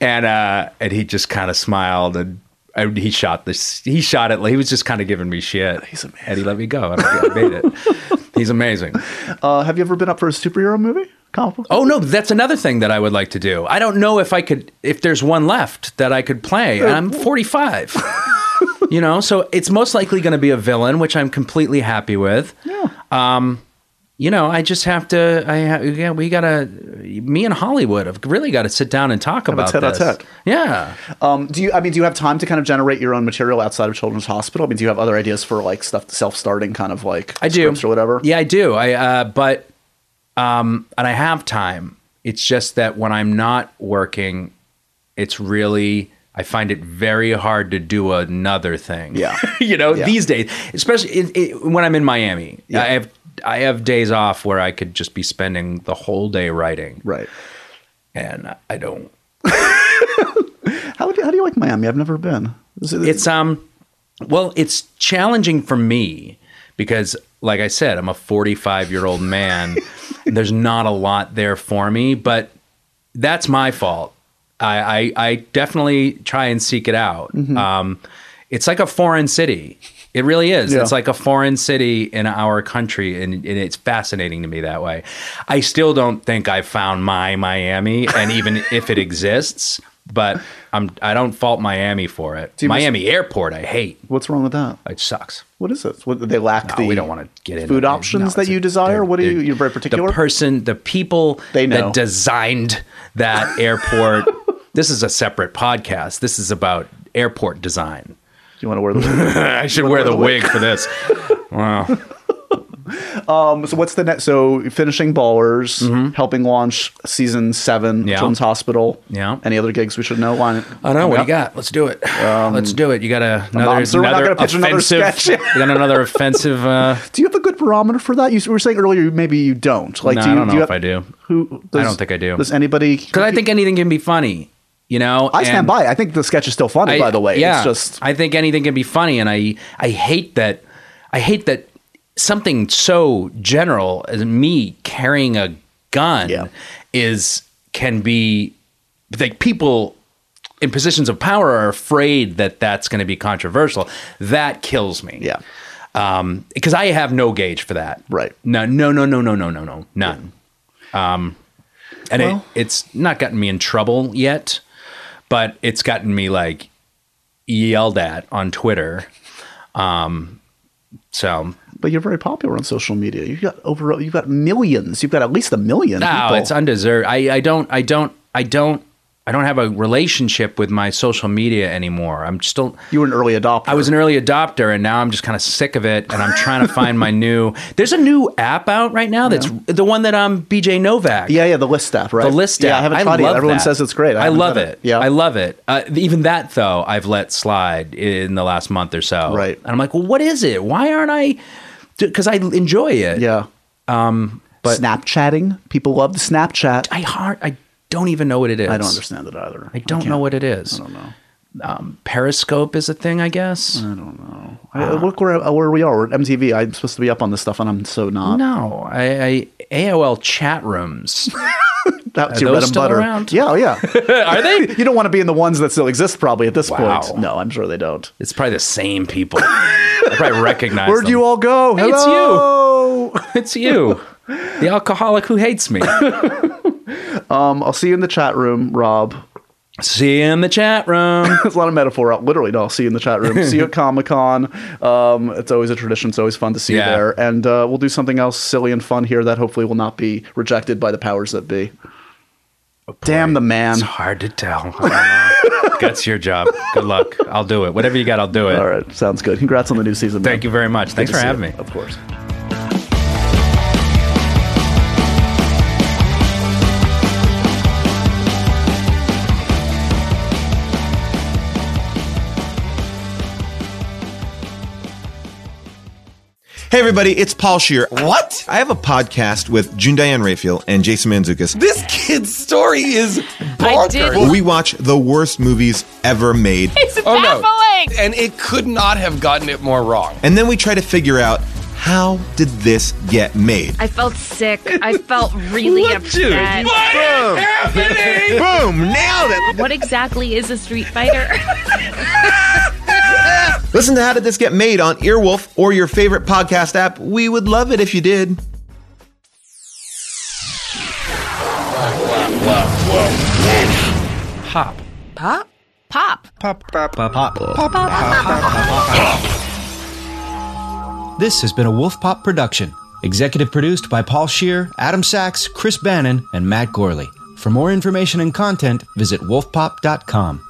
And, uh, and he just kind of smiled and and he shot this, he shot it. He was just kind of giving me shit. He's amazing. And he let me go. And I made it. He's amazing. uh, have you ever been up for a superhero movie? Comic book? Oh no, that's another thing that I would like to do. I don't know if I could if there's one left that I could play. And I'm 45. you know, so it's most likely going to be a villain, which I'm completely happy with. Yeah. Um you know, I just have to. I ha- yeah, we gotta. Me and Hollywood have really got to sit down and talk about this. tête-à-tête. Yeah, Um, do you? I mean, do you have time to kind of generate your own material outside of Children's Hospital? I mean, do you have other ideas for like stuff, self-starting kind of like I do. scripts or whatever? Yeah, I do. I uh, but um, and I have time. It's just that when I'm not working, it's really I find it very hard to do another thing. Yeah. you know, Yeah. these days, especially it, it, when I'm in Miami, Yeah. I have I have days off where I could just be spending the whole day writing, Right. and I don't. How do you, how do you like Miami? I've never been. Is it- It's um, well, it's challenging for me because, like I said, I'm a 45 year old man. and there's not a lot there for me, but that's my fault. I I, I definitely try and seek it out. Um, it's like a foreign city. It really is. Yeah. It's like a foreign city in our country, and, and it's fascinating to me that way. I still don't think I found my Miami, and even if it exists, but I'm I don't fault Miami for it. you miss- Miami Airport, I hate. what's wrong with that? It sucks. Oh, What is it? What, they lack the. we don't want to get into food it. options it's that you desire? they're- What do you- they're- you're very particular? The person, the people They know. that designed that airport. this is a separate podcast. This is about airport design. Do you want to wear the? I should wear, the, wig. for this. wow. um, so what's the next? So finishing Ballers, helping launch season seven, Mm-hmm. Yeah. Children's Hospital. Yeah. Any other gigs we should know? Line it. I don't know. What do coming you got? Let's do it. Let's do it. You got a, another, not- sir, Um, we're not another gonna pitch another offensive. sketch. you got another offensive. Uh, up? Do you have a good barometer for that? You were saying earlier maybe you don't. Like, no, do you, I don't know do you if have- I do. Who? I does- don't think I do. Does anybody? Because I think anything can be funny. You know, I stand And- by. it. I think the sketch is still funny. I- by the way, yeah, it's just I think anything can be funny, and I I hate that. I hate that something so general as me carrying a gun Yeah. is can be like people in positions of power are afraid that that's going to be controversial. That kills me. yeah. Um, because I have no gauge for that. Right. No, no, no, no, no, no, no, no, none. Um, and Well- it, it's not gotten me in trouble yet, but it's gotten me like yelled at on Twitter. Um, so But you're very popular on social media. You've got over, you've got millions. You've got at least a million. No, people. it's undeserved. I, I don't I don't I don't I don't have a relationship with my social media anymore. I'm still you were an early adopter. I was an early adopter and now I'm just kind of sick of it and I'm trying to find my new There's a new app out right now that's the one that um BJ Novak. Yeah, yeah, the list app, right? The list Yeah, app. I haven't tried it. yet. love Everyone that. says it's great. I, haven't love done it. Yeah, I love it. Uh, even that though, I've let slide in the last month or so. Right. And I'm like, well, what is it? Why aren't I? Because I enjoy it. Yeah. Um, but- Snapchatting. People love the Snapchat. I hard. I don't even know what it is. I don't understand it either. I don't know what it is. I don't know. Um, Periscope is a thing, I guess. I, look where where we are. We're at MTV. I'm supposed to be up on this stuff, and I'm so not. no, I, I AOL chat rooms. That's Are your those bread and still butter. around? Yeah, oh, yeah. Are they? you don't want to be in the ones that still exist, probably at this Wow. point. No, I'm sure they don't. It's probably the same people. I probably recognize. Where'd them. you all go? Hey, it's you. Hello. It's It's you, the alcoholic who hates me. you. Um, I'll see you in the chat room, Rob. See you in the chat room. There's a lot of metaphor out. Literally, no, I'll see you in the chat room. see you at Comic Con. Um, it's always a tradition. It's always fun to see you Yeah. there. And uh, we'll do something else silly and fun here that hopefully will not be rejected by the powers that be. Damn the man. It's hard to tell. I don't know. That's your job. Good luck. I'll do it. Whatever you got, I'll do it. All right, sounds good. Congrats on the new season. Thank you very much. Thanks for having me. Of course. Hey, everybody, it's Paul Shear. What? I have a podcast with June Diane Raphael and Jason Manzukis. This kid's story is I did- bonkers. We watch the worst movies ever made, It's Oh, no. baffling. And it could not have gotten it more wrong. and then we try to figure out how did this get made? I felt sick. I felt really upset. What? Boom! Nailed it! exactly is a Street Fighter? Listen to How Did This Get Made on Earwolf or your favorite podcast app. We would love it if you did. Pop. Pop. This has been a Wolf Pop production, executive produced by Paul Shear, Adam Sachs, Chris Bannon, and Matt Gorley. For more information and content, visit wolfpop.com.